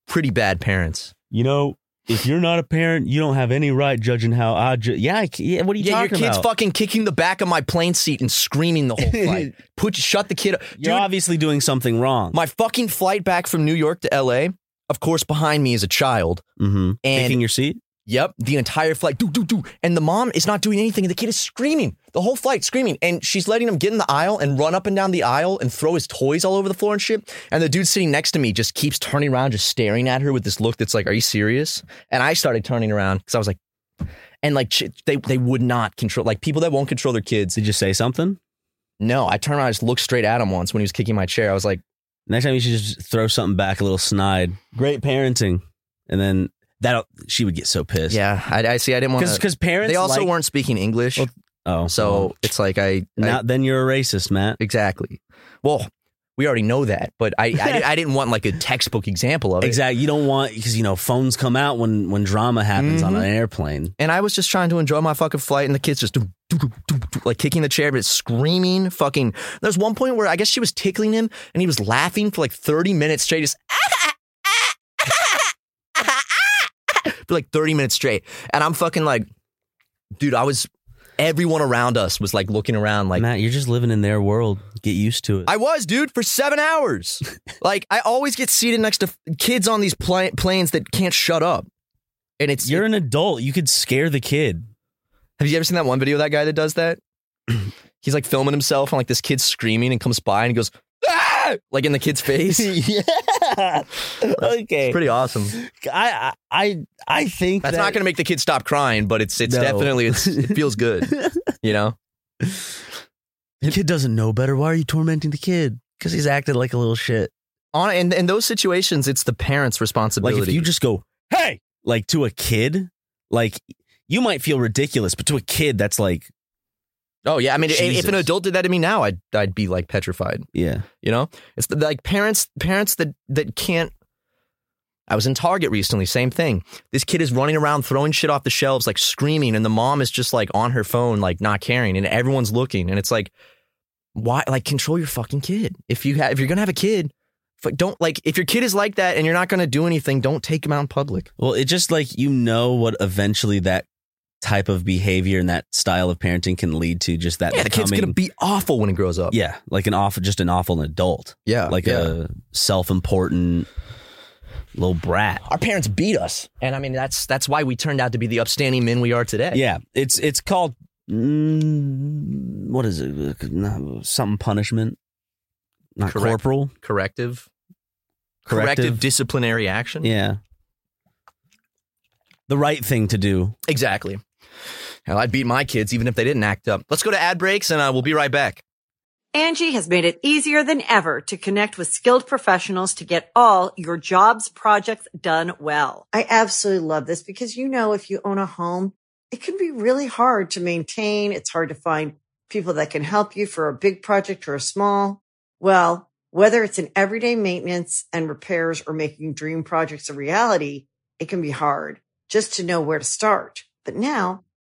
Speaker 1: pretty bad parents.
Speaker 2: You know, if you're not a parent, you don't have any right judging how I. Ju- yeah, I c- yeah. What are you
Speaker 1: yeah, your
Speaker 2: talking
Speaker 1: kid's
Speaker 2: about?
Speaker 1: fucking kicking the back of my plane seat and screaming the whole flight. Put shut the kid up,
Speaker 2: You're
Speaker 1: dude.
Speaker 2: obviously doing something wrong.
Speaker 1: My fucking flight back from New York to LA, of course, behind me is a child.
Speaker 2: Mm-hmm.
Speaker 1: And
Speaker 2: Taking your seat.
Speaker 1: Yep, the entire flight. Do do do. And the mom is not doing anything. And the kid is screaming the whole flight, screaming. And she's letting him get in the aisle and run up and down the aisle and throw his toys all over the floor and shit. And the dude sitting next to me just keeps turning around, just staring at her with this look that's like, "Are you serious?" And I started turning around because I was like, and like ch- they they would not control like people that won't control their kids.
Speaker 2: Did you say something?
Speaker 1: No, I turned around, I just looked straight at him once when he was kicking my chair. I was like,
Speaker 2: Next time you should just throw something back a little snide. Great parenting, and then that she would get so pissed.
Speaker 1: "Yeah, I, I see. I didn't want
Speaker 2: because
Speaker 1: to."
Speaker 2: parents
Speaker 1: They also
Speaker 2: like-
Speaker 1: weren't speaking English,
Speaker 2: Well, Oh,
Speaker 1: so it's like I, I
Speaker 2: now then you're a racist, Matt.
Speaker 1: Exactly. Well, we already know that, but I, I, di- I didn't want like a textbook example of it.
Speaker 2: Exactly. You don't want because you know phones come out when when drama happens on
Speaker 1: Mhm.
Speaker 2: an airplane.
Speaker 1: And I was just trying to enjoy my fucking flight, and the kids just doo, doo, doo, doo, doo, like kicking the chair, but screaming. Fucking. There's one point where I guess she was tickling him, and he was laughing for like 30 minutes straight, just "Ah, ah," for like 30 minutes straight. And I'm fucking like, dude, I was. Everyone around us was like looking around, like,
Speaker 2: Matt, you're just living in their world. Get used to it.
Speaker 1: I was, dude, for seven hours. like, I always get seated next to f- kids on these pla- planes that can't shut up. And it's
Speaker 2: you're an adult. You could scare the kid.
Speaker 1: Have you ever seen that one video of that guy that does that? He's like filming himself, and like this kid's screaming and comes by and he goes, "Ah!" like in the kid's face. It's
Speaker 2: yeah. Okay.
Speaker 1: pretty awesome.
Speaker 2: I I I think
Speaker 1: That's
Speaker 2: that-
Speaker 1: not going to make the kid stop crying, but it's it's
Speaker 2: No.
Speaker 1: definitely it's, it feels good, you know.
Speaker 2: The kid doesn't know better. Why are you tormenting the kid? Because he's acted like a little shit.
Speaker 1: On and in those situations, it's the parents'
Speaker 2: Like
Speaker 1: responsibility.
Speaker 2: if you just go, hey, like to a kid, like you might feel ridiculous, but to a kid, that's like,
Speaker 1: oh yeah, I mean, i- if
Speaker 2: Jesus.
Speaker 1: an adult did that to me now, I'd I'd be like petrified.
Speaker 2: yeah.
Speaker 1: You know, it's the, like parents parents that that can't. I was in Target recently. Same thing. This kid is running around throwing shit off the shelves, like screaming, and the mom is just like on her phone, like not caring, and everyone's looking, and it's like, why? Like control your fucking kid. If you have, if you're gonna have a kid, f- don't like if your kid is like that and you're not gonna do anything, don't take him out in public.
Speaker 2: Well, it just like you know what eventually that type of behavior and that style of parenting can lead to. Just that
Speaker 1: Yeah, the
Speaker 2: becoming,
Speaker 1: kid's gonna be awful when he grows up.
Speaker 2: yeah, like an awful, just an awful adult,
Speaker 1: yeah,
Speaker 2: like uh,
Speaker 1: yeah.
Speaker 2: a self-important little brat.
Speaker 1: Our parents beat us, and I mean that's that's why we turned out to be the upstanding men we are today.
Speaker 2: Yeah, it's it's called mm, what is it? No, Something punishment, not
Speaker 1: Correct.
Speaker 2: corporal.
Speaker 1: corrective
Speaker 2: Corrective.
Speaker 1: disciplinary action.
Speaker 2: Yeah, the right thing to do.
Speaker 1: Exactly. Hell, I'd beat my kids even if they didn't act up. Let's go to ad breaks and uh, we'll be right back.
Speaker 3: Angie has made it easier than ever to connect with skilled professionals to get all your jobs projects done well. I absolutely love this because, you know, if you own a home, it can be really hard to maintain. It's hard to find people that can help you for a big project or a small. Well, whether it's in everyday maintenance and repairs or making dream projects a reality, it can be hard just to know where to start. But now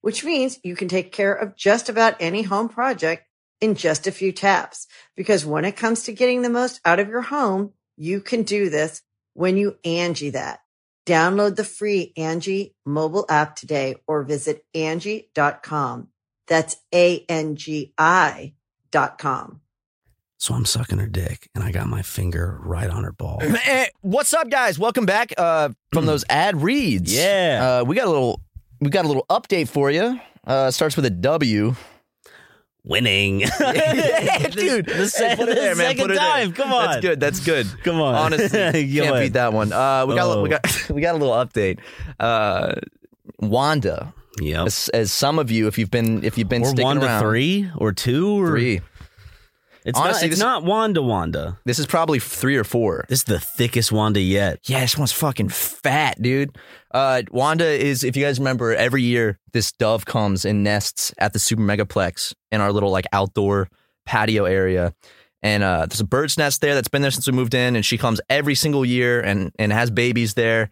Speaker 3: which means you can take care of just about any home project in just a few taps. Because when it comes to getting the most out of your home, you can do this when you Angie that. Download the free Angie mobile app today or visit Angie.com. That's A-N-G-I dot com.
Speaker 2: So I'm sucking her dick, and I got my finger right on her ball.
Speaker 1: Eh, What's up, guys? Welcome back uh, from those ad reads.
Speaker 2: Yeah.
Speaker 1: uh, we got a little we got a little update for you. Uh, starts with a W.
Speaker 2: Winning,
Speaker 1: Dude,
Speaker 2: The,
Speaker 1: hey,
Speaker 2: se-
Speaker 1: put it
Speaker 2: the
Speaker 1: there, man.
Speaker 2: second
Speaker 1: Put it there.
Speaker 2: time. Come on,
Speaker 1: That's good. That's good.
Speaker 2: Come on.
Speaker 1: Honestly,
Speaker 2: Come
Speaker 1: can't
Speaker 2: on.
Speaker 1: beat that one. Uh, we got a- we
Speaker 2: Oh.
Speaker 1: got we got a little update. Uh, Wanda,
Speaker 2: Yep.
Speaker 1: as, as some of you, if you've been if you've been
Speaker 2: Or
Speaker 1: sticking
Speaker 2: one
Speaker 1: around,
Speaker 2: to Oh. three or two or
Speaker 1: three.
Speaker 2: It's
Speaker 1: Honestly,
Speaker 2: not,
Speaker 1: this-
Speaker 2: it's not Wanda Wanda.
Speaker 1: This is probably three or four.
Speaker 2: This is the thickest Wanda yet.
Speaker 1: Yeah, this one's fucking fat, dude. Uh, Wanda is, if you guys remember, every year this dove comes and nests at the Super Megaplex in our little like outdoor patio area. And uh, there's a bird's nest there that's been there since we moved in, and she comes every single year and and has babies there.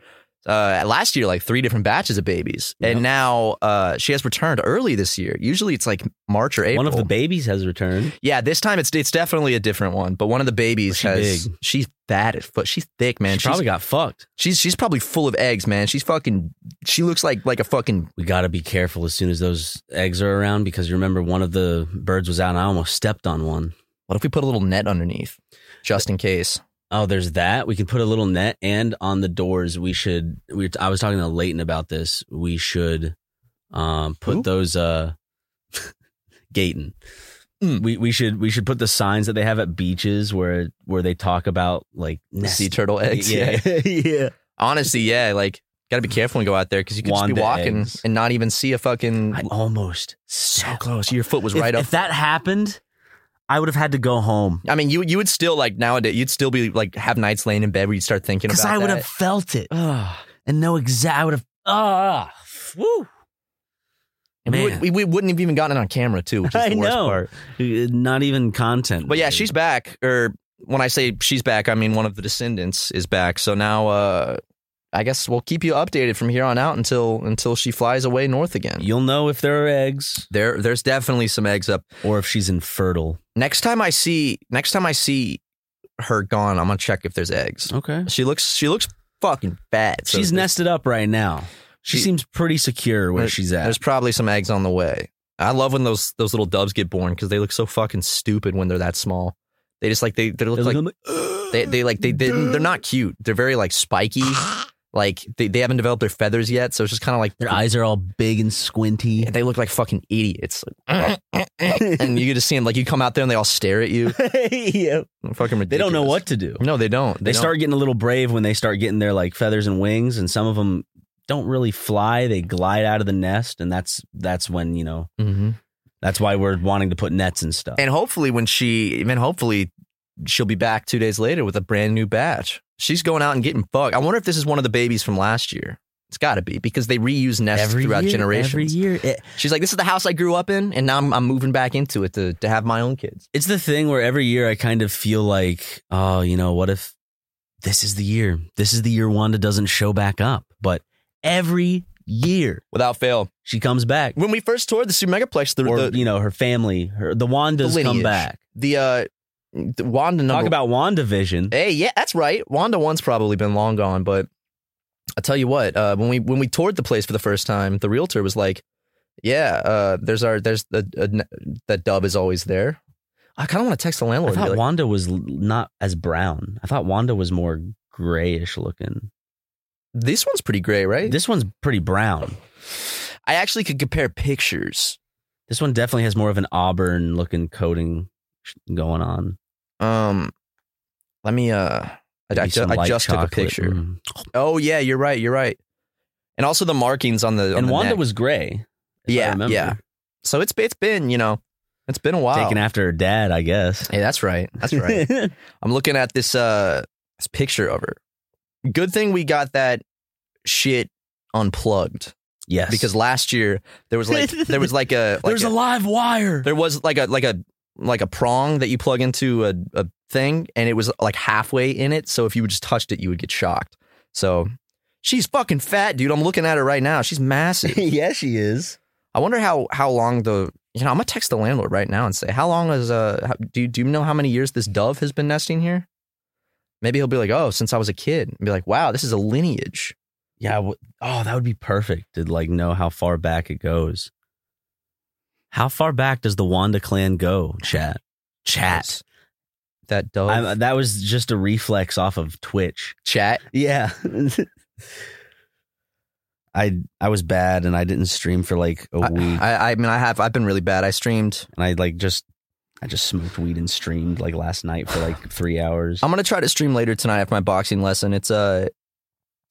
Speaker 1: uh, last year like three different batches of babies,
Speaker 2: Yep.
Speaker 1: and now uh, she has returned early this year. Usually it's like March or April.
Speaker 2: One of the babies has returned.
Speaker 1: yeah, this time it's it's definitely a different one, but one of the babies
Speaker 2: She
Speaker 1: has she's fat as foot. She's thick, man.
Speaker 2: she probably got fucked.
Speaker 1: she's she's probably full of eggs, man. She's fucking. She looks like like a fucking.
Speaker 2: We got to be careful as soon as those eggs are around because you remember one of the birds was out and I almost stepped on one.
Speaker 1: What if we put a little net underneath, just in case?
Speaker 2: Oh, there's that. We could put a little net and on the doors. We should. We. I was talking to Leighton about this. We should um, put
Speaker 1: Who?
Speaker 2: those. uh Gaten.
Speaker 1: Mm.
Speaker 2: We we should we should put the signs that they have at beaches where where they talk about like nest-
Speaker 1: Sea turtle eggs.
Speaker 2: Yeah, yeah.
Speaker 1: Honestly, yeah. Like, gotta be careful when you go out there because you could just be
Speaker 2: Wanda
Speaker 1: walking
Speaker 2: eggs.
Speaker 1: and not even see a fucking. oh,
Speaker 2: I almost
Speaker 1: so
Speaker 2: stepped-
Speaker 1: close. Your foot was
Speaker 2: If-
Speaker 1: right up.
Speaker 2: If that happened, I would have had to go home
Speaker 1: I mean, you you would still like nowadays. You'd still be like have nights laying in bed where you'd start thinking
Speaker 2: because
Speaker 1: about.
Speaker 2: I would
Speaker 1: that.
Speaker 2: have felt it
Speaker 1: Ugh.
Speaker 2: and know exact. I would have. Ah, woo.
Speaker 1: And we,
Speaker 2: Man.
Speaker 1: would, we, we wouldn't have even gotten it on camera too, which is
Speaker 2: I
Speaker 1: the worst
Speaker 2: know.
Speaker 1: part.
Speaker 2: Not even content.
Speaker 1: But yeah,
Speaker 2: related.
Speaker 1: she's back. Or when I say she's back, I mean one of the descendants is back. So now, uh, I guess we'll keep you updated from here on out until until she flies away north again.
Speaker 2: You'll know if there are eggs
Speaker 1: there, there's definitely some eggs up.
Speaker 2: or if she's infertile.
Speaker 1: Next time I see, next time I see her gone, I'm gonna check if there's eggs.
Speaker 2: Okay.
Speaker 1: She looks, she looks fucking fat. So
Speaker 2: she's
Speaker 1: there's-
Speaker 2: nested up right now. She,
Speaker 1: She-
Speaker 2: seems pretty secure where
Speaker 1: There-
Speaker 2: she's at.
Speaker 1: There's probably some eggs on the way. I love when those those little doves get born because they look so fucking stupid when they're that small. They just like they they look
Speaker 2: They're
Speaker 1: like
Speaker 2: looking like-
Speaker 1: they they like they, they they're not cute. They're very like spiky. Like they, they haven't developed their feathers yet, so it's just kind of like
Speaker 2: Their eyes are all big and squinty.
Speaker 1: They look like fucking idiots, Like, and you just see them like you come out there and they all stare at you.
Speaker 2: yeah.
Speaker 1: Fucking ridiculous.
Speaker 2: They don't know what to do.
Speaker 1: No, they don't.
Speaker 2: They
Speaker 1: don't.
Speaker 2: start getting a little brave when they start getting their like feathers and wings, and some of them don't really fly. They glide out of the nest, and that's that's when you know
Speaker 1: Mhm.
Speaker 2: that's why we're wanting to put nets and stuff.
Speaker 1: And hopefully, when she, man, hopefully she'll be back two days later with a brand new batch. She's going out and getting fucked. I wonder if this is one of the babies from last year. It's got to be because they reuse nests throughout
Speaker 2: year,
Speaker 1: generations.
Speaker 2: every year, It-
Speaker 1: She's like, this is the house I grew up in, and now I'm, I'm moving back into it to, to have my own kids.
Speaker 2: it's the thing where every year I kind of feel like, oh, you know, what if this is the year? This is the year Wanda doesn't show back up. But every year
Speaker 1: Without fail.
Speaker 2: she comes back.
Speaker 1: When we first toured the Super Megaplex, the,
Speaker 2: Or,
Speaker 1: the,
Speaker 2: you know, her family, her the Wandas
Speaker 1: The
Speaker 2: come
Speaker 1: lineage.
Speaker 2: back.
Speaker 1: the, uh, the Wanda number.
Speaker 2: Talk about WandaVision.
Speaker 1: Hey, yeah, that's right. Wanda one's probably been long gone, but I tell you what, uh, when we when we toured the place for the first time, the realtor was like, "Yeah, uh, there's our there's the uh, that dub is always there." I kind of want to text the
Speaker 2: I
Speaker 1: landlord. and be
Speaker 2: thought
Speaker 1: like,
Speaker 2: Wanda was l- not as brown. I thought Wanda was more grayish looking.
Speaker 1: this one's pretty gray, right?
Speaker 2: This one's pretty brown.
Speaker 1: I actually could compare pictures.
Speaker 2: This one definitely has more of an auburn looking coating sh- going on.
Speaker 1: Um, let me. Uh, I,
Speaker 2: Maybe
Speaker 1: I ju-
Speaker 2: some
Speaker 1: I
Speaker 2: light
Speaker 1: just
Speaker 2: chocolate.
Speaker 1: took a picture.
Speaker 2: Mm.
Speaker 1: Oh yeah, you're right. You're right. And also the markings on the on
Speaker 2: and
Speaker 1: the
Speaker 2: Wanda
Speaker 1: neck.
Speaker 2: was gray. if I
Speaker 1: Yeah,
Speaker 2: remember.
Speaker 1: yeah. so it's it's been you know it's been a while.
Speaker 2: Taken after her dad, I guess.
Speaker 1: Hey, that's right. That's right. I'm looking at this uh this picture of her. Good thing we got that shit unplugged
Speaker 2: yes,
Speaker 1: because last year there was like there was like a like
Speaker 2: there's a, live wire.
Speaker 1: there was like a like a like a prong that you plug into a, a thing and it was like halfway in it so if you just touched it you would get shocked so she's fucking fat dude i'm looking at her right now she's massive
Speaker 2: yeah, she is.
Speaker 1: i wonder how how long the you know i'm gonna text the landlord right now and say how long is uh how, do, you, do you know how many years this dove has been nesting here maybe he'll be like oh since i was a kid and be like wow this is a lineage
Speaker 2: Yeah. w- Oh, that would be perfect to like know how far back it goes. How far back does the Wanda clan go? Chat, chat.
Speaker 1: that dove
Speaker 2: i that was just a reflex off of Twitch.
Speaker 1: chat
Speaker 2: Yeah. I I was bad and I didn't stream for like a
Speaker 1: I,
Speaker 2: week.
Speaker 1: I, I mean i have i've been really bad i streamed
Speaker 2: and I like just I just smoked weed and streamed like last night for like three hours.
Speaker 1: I'm gonna try to stream later tonight after my boxing lesson. It's uh,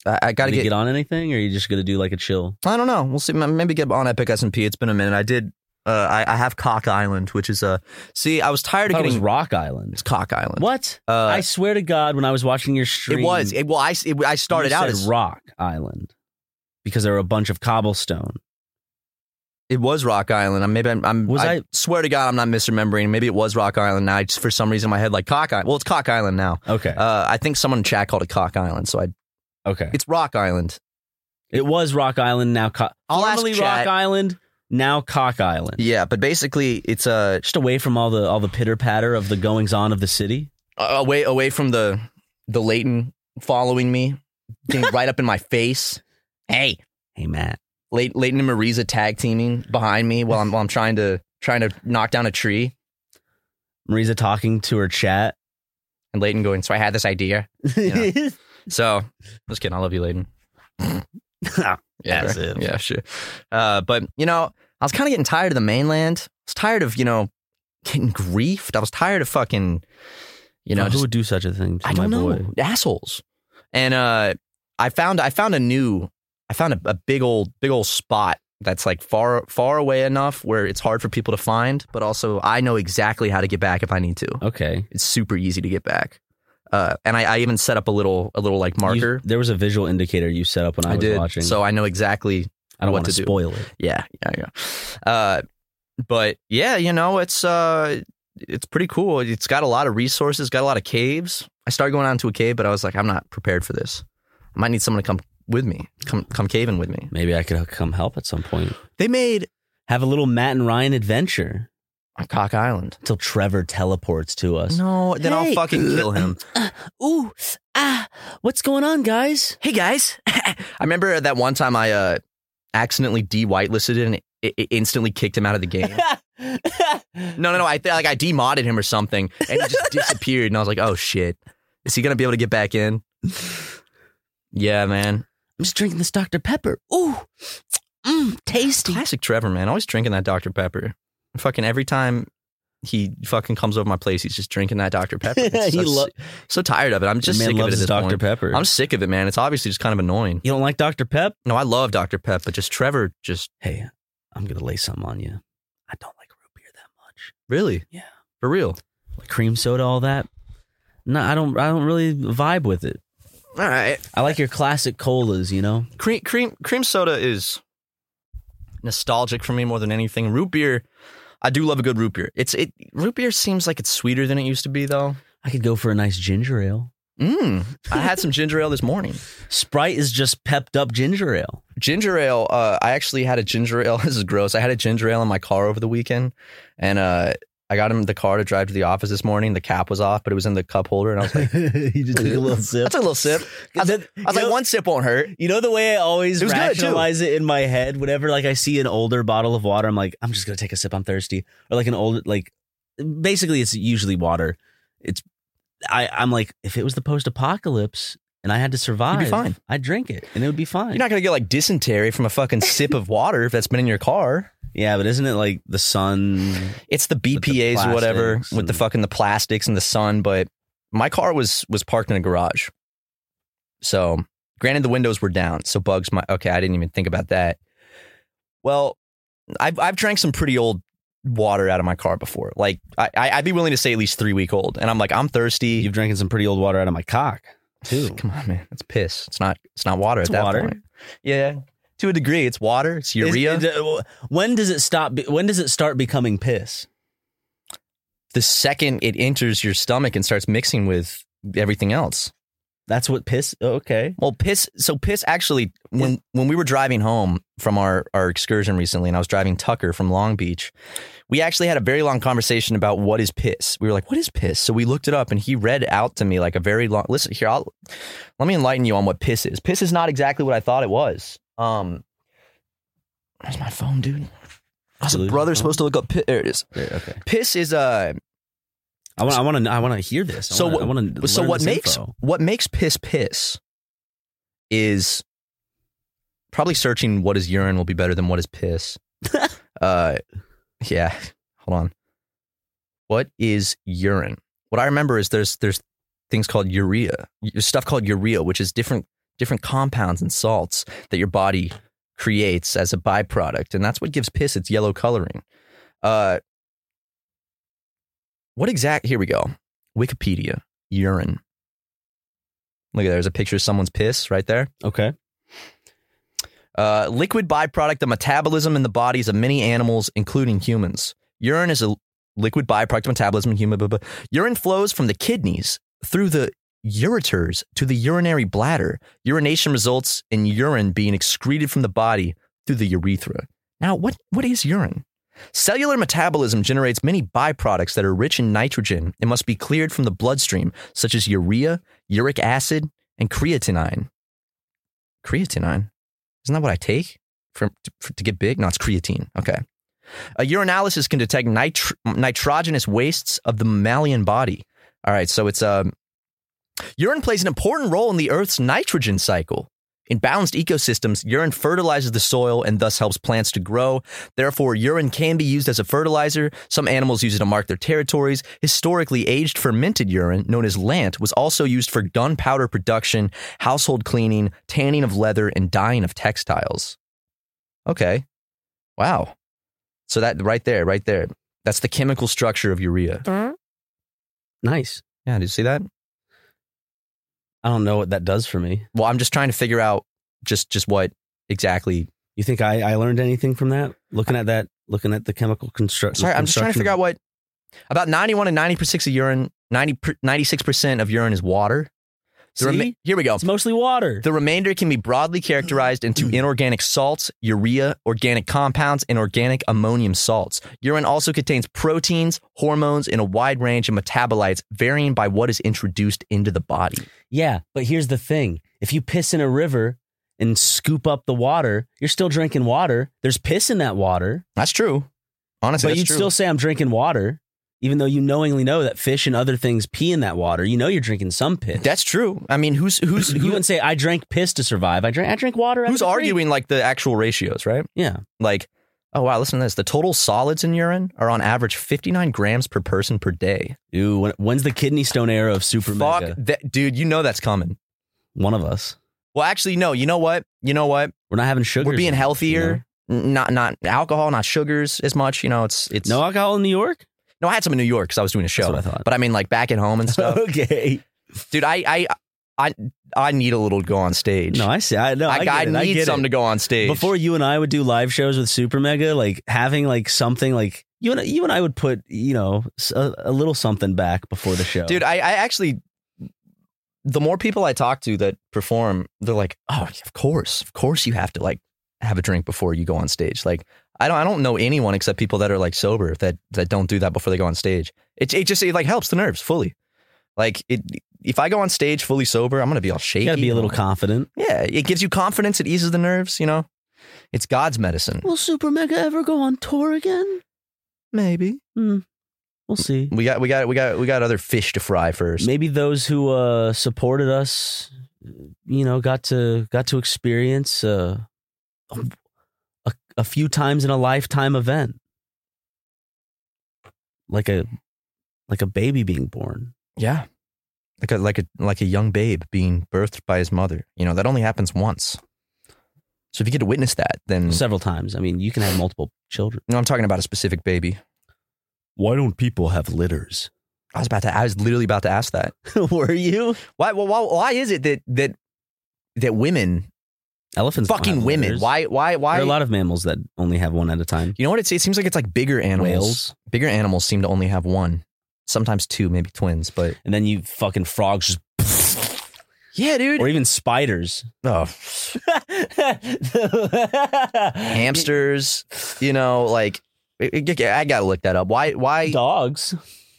Speaker 1: I, I gotta
Speaker 2: Did you
Speaker 1: get,
Speaker 2: get on anything, or are you just gonna do like a chill?
Speaker 1: I don't know. We'll see. M- Maybe get on Epic S&P. It's been a minute. I did. Uh, I, I have Cock Island, which is uh, see, I was tired of
Speaker 2: Thought it
Speaker 1: getting.
Speaker 2: was Rock
Speaker 1: It's
Speaker 2: Island.
Speaker 1: Cock Island.
Speaker 2: What?
Speaker 1: Uh,
Speaker 2: I swear to God, when I was watching your
Speaker 1: it
Speaker 2: stream,
Speaker 1: was.
Speaker 2: you
Speaker 1: It, well, I s- it, I started out
Speaker 2: said
Speaker 1: as
Speaker 2: Rock Island because there were a bunch of cobblestone.
Speaker 1: it was Rock Island. I'm, maybe I'm. I'm
Speaker 2: Was I-
Speaker 1: swear to God, I'm not misremembering. Maybe it was Rock Island. Now, I just, for some reason, in my head like Cock Island. Well, it's Cock Island now.
Speaker 2: Okay,
Speaker 1: Uh, I think someone in chat called it Cock Island, so I.
Speaker 2: okay.
Speaker 1: It's Rock Island.
Speaker 2: It was Rock Island, now Co-
Speaker 1: I'll ask
Speaker 2: formerly Rock
Speaker 1: Chat.
Speaker 2: Island, now Cock Island.
Speaker 4: Yeah, but basically, it's
Speaker 1: uh,
Speaker 4: a
Speaker 2: Just away from all the all the pitter patter of the goings on of the city.
Speaker 1: Uh, away away from the the Leighton following me, getting right up in my face. Hey,
Speaker 2: Hey Matt,
Speaker 1: Ley- Leighton and Mariza tag teaming behind me while I'm while I'm trying to trying to knock down a tree.
Speaker 2: Marisa talking to her chat.
Speaker 1: And Leighton going, so I had this idea. Yeah. So just kidding, I love you, Leighton.
Speaker 2: Ah,
Speaker 1: Yeah,
Speaker 2: As
Speaker 1: right.
Speaker 2: if.
Speaker 1: yeah, sure. Uh, but you know, I was kind of getting tired of the mainland. I was tired of you know getting griefed. I was tired of fucking you know
Speaker 2: who
Speaker 1: just
Speaker 2: would do such a thing to
Speaker 1: I
Speaker 2: my
Speaker 1: don't know.
Speaker 2: boy?
Speaker 1: Assholes. And uh I found I found a new I found a, a big old big old spot that's like far far away enough where it's hard for people to find, but also I know exactly how to get back if I need to.
Speaker 2: Okay.
Speaker 1: It's super easy to get back. Uh, and I, I even set up a little a little like marker.
Speaker 2: You- there was a visual indicator you set up when I, was
Speaker 1: did
Speaker 2: watching.
Speaker 1: so I know exactly
Speaker 2: I don't
Speaker 1: what
Speaker 2: want to
Speaker 1: to do.
Speaker 2: spoil it.
Speaker 1: yeah, yeah, yeah. Uh, but yeah, you know, it's uh, it's pretty cool. It's got a lot of resources, got a lot of caves. I started going out into a cave, but I was like, I'm not prepared for this. I might need someone to come with me, come come caving with me.
Speaker 2: Maybe I could come help at some point.
Speaker 1: They made
Speaker 2: Have a little Matt and Ryan adventure
Speaker 1: Cock Island.
Speaker 2: until Trevor teleports to us.
Speaker 1: No, then I'll
Speaker 2: Hey. Uh,
Speaker 1: fucking kill him.
Speaker 2: Ooh, ah, what's going on, guys?
Speaker 1: hey guys, I remember that one time I uh accidentally de whitelisted and it, it instantly kicked him out of the game. No, no, no. I th- like I demodded him or something, and he just disappeared. And I was like, oh shit, is he gonna be able to get back in? Yeah, man.
Speaker 2: I'm just drinking this Dr. Pepper. Ooh, mm, tasty.
Speaker 1: Classic Trevor, man. Always drinking that Dr Pepper. Fucking every time he fucking comes over my place, he's just drinking that Dr Pepper. It's
Speaker 2: He
Speaker 1: so,
Speaker 2: lo-
Speaker 1: so tired of it. I'm just
Speaker 2: man
Speaker 1: sick of it
Speaker 2: loves
Speaker 1: at
Speaker 2: his
Speaker 1: this
Speaker 2: Dr.
Speaker 1: point.
Speaker 2: Pepper.
Speaker 1: I'm sick of it, man. It's obviously just kind of annoying.
Speaker 2: you don't like Dr. Pep?
Speaker 1: No, I love Dr Pep, but just Trevor, just
Speaker 2: Hey, I'm gonna lay something on you. I don't like root beer that much.
Speaker 1: really,
Speaker 2: Yeah.
Speaker 1: for real.
Speaker 2: Like cream soda, all that. No, I don't. I don't really vibe with it.
Speaker 1: All right,
Speaker 2: I like your classic colas, you know.
Speaker 1: cream cream cream soda is nostalgic for me more than anything. Root beer, I do love a good root beer. It's it root beer seems like it's sweeter than it used to be though.
Speaker 2: I could go for a nice ginger ale.
Speaker 1: Mm, I had some ginger ale this morning.
Speaker 2: Sprite is just pepped up ginger ale.
Speaker 1: Ginger ale, uh, I actually had a ginger ale. This is gross. I had a ginger ale in my car over the weekend, and uh, I got in the car to drive to the office this morning. The cap was off, but it was in the cup holder, and I was like,
Speaker 2: you just took a little sip.
Speaker 1: "That's a little sip." I was,
Speaker 2: That-
Speaker 1: I was
Speaker 2: you
Speaker 1: like,
Speaker 2: know-
Speaker 1: "One sip won't hurt."
Speaker 2: You know the way I always
Speaker 1: It was good, too.
Speaker 2: rationalize it in my head. Whenever like I see an older bottle of water, I'm like, I'm just gonna take a sip. I'm thirsty. Or like an old like, basically it's usually water. It's I I'm like if it was the post apocalypse and I had to survive,
Speaker 1: fine.
Speaker 2: I'd drink it and it would be fine.
Speaker 1: You're not gonna get like dysentery from a fucking sip of water if that's been in your car.
Speaker 2: yeah, but isn't it like the sun?
Speaker 1: It's the
Speaker 2: the
Speaker 1: BPAs or whatever
Speaker 2: plastics
Speaker 1: with the
Speaker 2: and-
Speaker 1: fucking the plastics and the sun, but my car was was parked in a garage. So, granted the windows were down, so bugs my okay, I didn't even think about that. Well, I've I've drank some pretty old water out of my car before. Like I, I I'd be willing to say at least three week old, and I'm like I'm thirsty.
Speaker 2: You've drinking some pretty old water out of my cock too.
Speaker 1: Come on, man, it's piss. It's not it's not water
Speaker 2: It's
Speaker 1: at that
Speaker 2: water.
Speaker 1: point. Yeah, to a degree, it's water. It's urea.
Speaker 2: Is- is- when does it stop? be- When does it start becoming piss?
Speaker 1: the second it enters your stomach and starts mixing with everything else.
Speaker 2: That's what piss. oh, Okay.
Speaker 1: Well, piss. So piss actually when when we were driving home from our our excursion recently, and I was driving Tucker from Long Beach, we actually had a very long conversation about what is piss. We were like, "What is piss?" So we looked it up, and he read out to me like a very long. Listen here, I'll, let me enlighten you on what piss is. Piss is not exactly what I thought it was. Um, where's my phone, dude? I was
Speaker 2: Lose
Speaker 1: a
Speaker 2: your
Speaker 1: brother
Speaker 2: phone?
Speaker 1: supposed to look up. Piss. There it is.
Speaker 2: Yeah, okay.
Speaker 1: Piss is uh,
Speaker 2: I want. I want to. I want to hear this. I
Speaker 1: So
Speaker 2: wanna,
Speaker 1: what-
Speaker 2: I want to.
Speaker 1: so what makes what makes piss piss is probably searching what is urine will be better than what is piss. uh, yeah, hold on. What is urine? What I remember is there's there's things called urea, there's stuff called urea, which is different different compounds and salts that your body creates as a byproduct, and that's what gives piss its yellow coloring. Uh, what exact? Here we go. Wikipedia urine. Look at there's a picture of someone's piss right there.
Speaker 2: Okay.
Speaker 1: Uh, liquid byproduct of metabolism in the bodies of many animals, including humans. Urine is a liquid byproduct of metabolism in human. Blah, blah. Urine flows from the kidneys through the ureters to the urinary bladder. Urination results in urine being excreted from the body through the urethra. Now, what, what is urine? Cellular metabolism generates many byproducts that are rich in nitrogen and must be cleared from the bloodstream, such as urea, uric acid, and creatinine. Creatinine? Isn't that what I take for, to, for- to get big? No, it's creatine. Okay. A urinalysis can detect nitr- nitrogenous wastes of the mammalian body. All right, so it's um, urine plays an important role in the Earth's nitrogen cycle. In balanced ecosystems, urine fertilizes the soil and thus helps plants to grow. Therefore, urine can be used as a fertilizer. Some animals use it to mark their territories. Historically, aged fermented urine, known as lant, was also used for gunpowder production, household cleaning, tanning of leather, and dyeing of textiles. Okay. Wow. So that right there, right there, that's the chemical structure of urea.
Speaker 2: Nice.
Speaker 1: Yeah, did you see that?
Speaker 2: I don't know what that does for me.
Speaker 1: Well, I'm just trying to figure out just just what exactly.
Speaker 2: You think I, I learned anything from that? Looking at that, looking at the chemical construction.
Speaker 1: Sorry, I'm just trying to figure out what about 91 and 90 percent of urine, 90 96 percent of urine is water. The rema-
Speaker 2: See?
Speaker 1: here we go.
Speaker 2: It's mostly water.
Speaker 1: The remainder can be broadly characterized into inorganic salts, urea, organic compounds, and organic ammonium salts. Urine also contains proteins, hormones, and a wide range of metabolites, varying by what is introduced into the body.
Speaker 2: yeah, but here's the thing: if you piss in a river and scoop up the water, you're still drinking water. There's piss in that water,
Speaker 1: That's true. Honestly,
Speaker 2: but
Speaker 1: that's
Speaker 2: you'd
Speaker 1: true.
Speaker 2: still say I'm drinking water, even though you knowingly know that fish and other things pee in that water. You know you're drinking some piss.
Speaker 1: That's true. I mean, who's who's
Speaker 2: you
Speaker 1: who,
Speaker 2: wouldn't say I drank piss to survive. I drank I drank water. out of
Speaker 1: who's
Speaker 2: the creek."
Speaker 1: arguing like the actual ratios, right?
Speaker 2: Yeah,
Speaker 1: Like, oh wow, listen to this. The total solids in urine are on average 59 grams per person per day.
Speaker 2: Ew, when, when's the kidney stone era of super
Speaker 1: Fuck
Speaker 2: mega?
Speaker 1: that, dude. You know that's coming.
Speaker 2: One of us.
Speaker 1: Well, actually, no. You know what? You know what?
Speaker 2: We're not having sugar.
Speaker 1: We're being healthier. N- Not not alcohol, not sugars as much. You know, it's it's
Speaker 2: No
Speaker 1: no.
Speaker 2: alcohol in New York.
Speaker 1: I had some in New York because I was doing a show.
Speaker 2: what I thought.
Speaker 1: But I mean, like back at home and stuff,
Speaker 2: okay.
Speaker 1: dude. I I I I need a little to go on stage.
Speaker 2: No, I see. I know. I,
Speaker 1: I,
Speaker 2: get
Speaker 1: I
Speaker 2: it.
Speaker 1: need
Speaker 2: get it.
Speaker 1: something to go on stage
Speaker 2: Before you and I would do live shows with Super Mega, like having like something like you and you and I would put you know s- a, a little something back before the show,
Speaker 1: dude I, I actually the more people i talk to that perform they're like oh of course of course you have to like have a drink before you go on stage like i don't i don't know anyone except people that are like sober that that don't do that before they go on stage it, it just it like helps the nerves fully like it if i go on stage fully sober i'm gonna be all shaky
Speaker 2: you gotta be a little confident.
Speaker 1: yeah it gives you confidence it eases the nerves you know it's god's medicine
Speaker 2: Will Super Mega ever go on tour again? Hmm.
Speaker 1: maybe
Speaker 2: We'll see.
Speaker 1: we got we got we got we got other fish to fry first
Speaker 2: Maybe those who uh, supported us, you know, got to got to experience uh, a a few times in a lifetime event, like a like a baby being born.
Speaker 1: Yeah. Like a like a like a young babe being birthed by his mother. You know, that only happens once. So if you get to witness that, then
Speaker 2: several times. I mean, you can have multiple children.
Speaker 1: no, I'm talking about a specific baby.
Speaker 2: Why don't people have litters?
Speaker 1: I was about to I was literally about to ask that.
Speaker 2: Were you
Speaker 1: Why well, why why is it that that that women
Speaker 2: elephants? don't
Speaker 1: fucking
Speaker 2: have
Speaker 1: women,
Speaker 2: litters.
Speaker 1: why why why
Speaker 2: There are a lot of mammals that only have one at a time.
Speaker 1: you know what it's, it seems like it's like bigger animals.
Speaker 2: Whales,
Speaker 1: Bigger animals seem to only have one. Sometimes two, maybe twins, but
Speaker 2: and then you fucking frogs, just,
Speaker 1: yeah, dude.
Speaker 2: or even spiders.
Speaker 1: oh,
Speaker 2: Hamster,
Speaker 1: hamsters, you know, like it- it- I gotta look that up. Why? Why?
Speaker 2: dogs.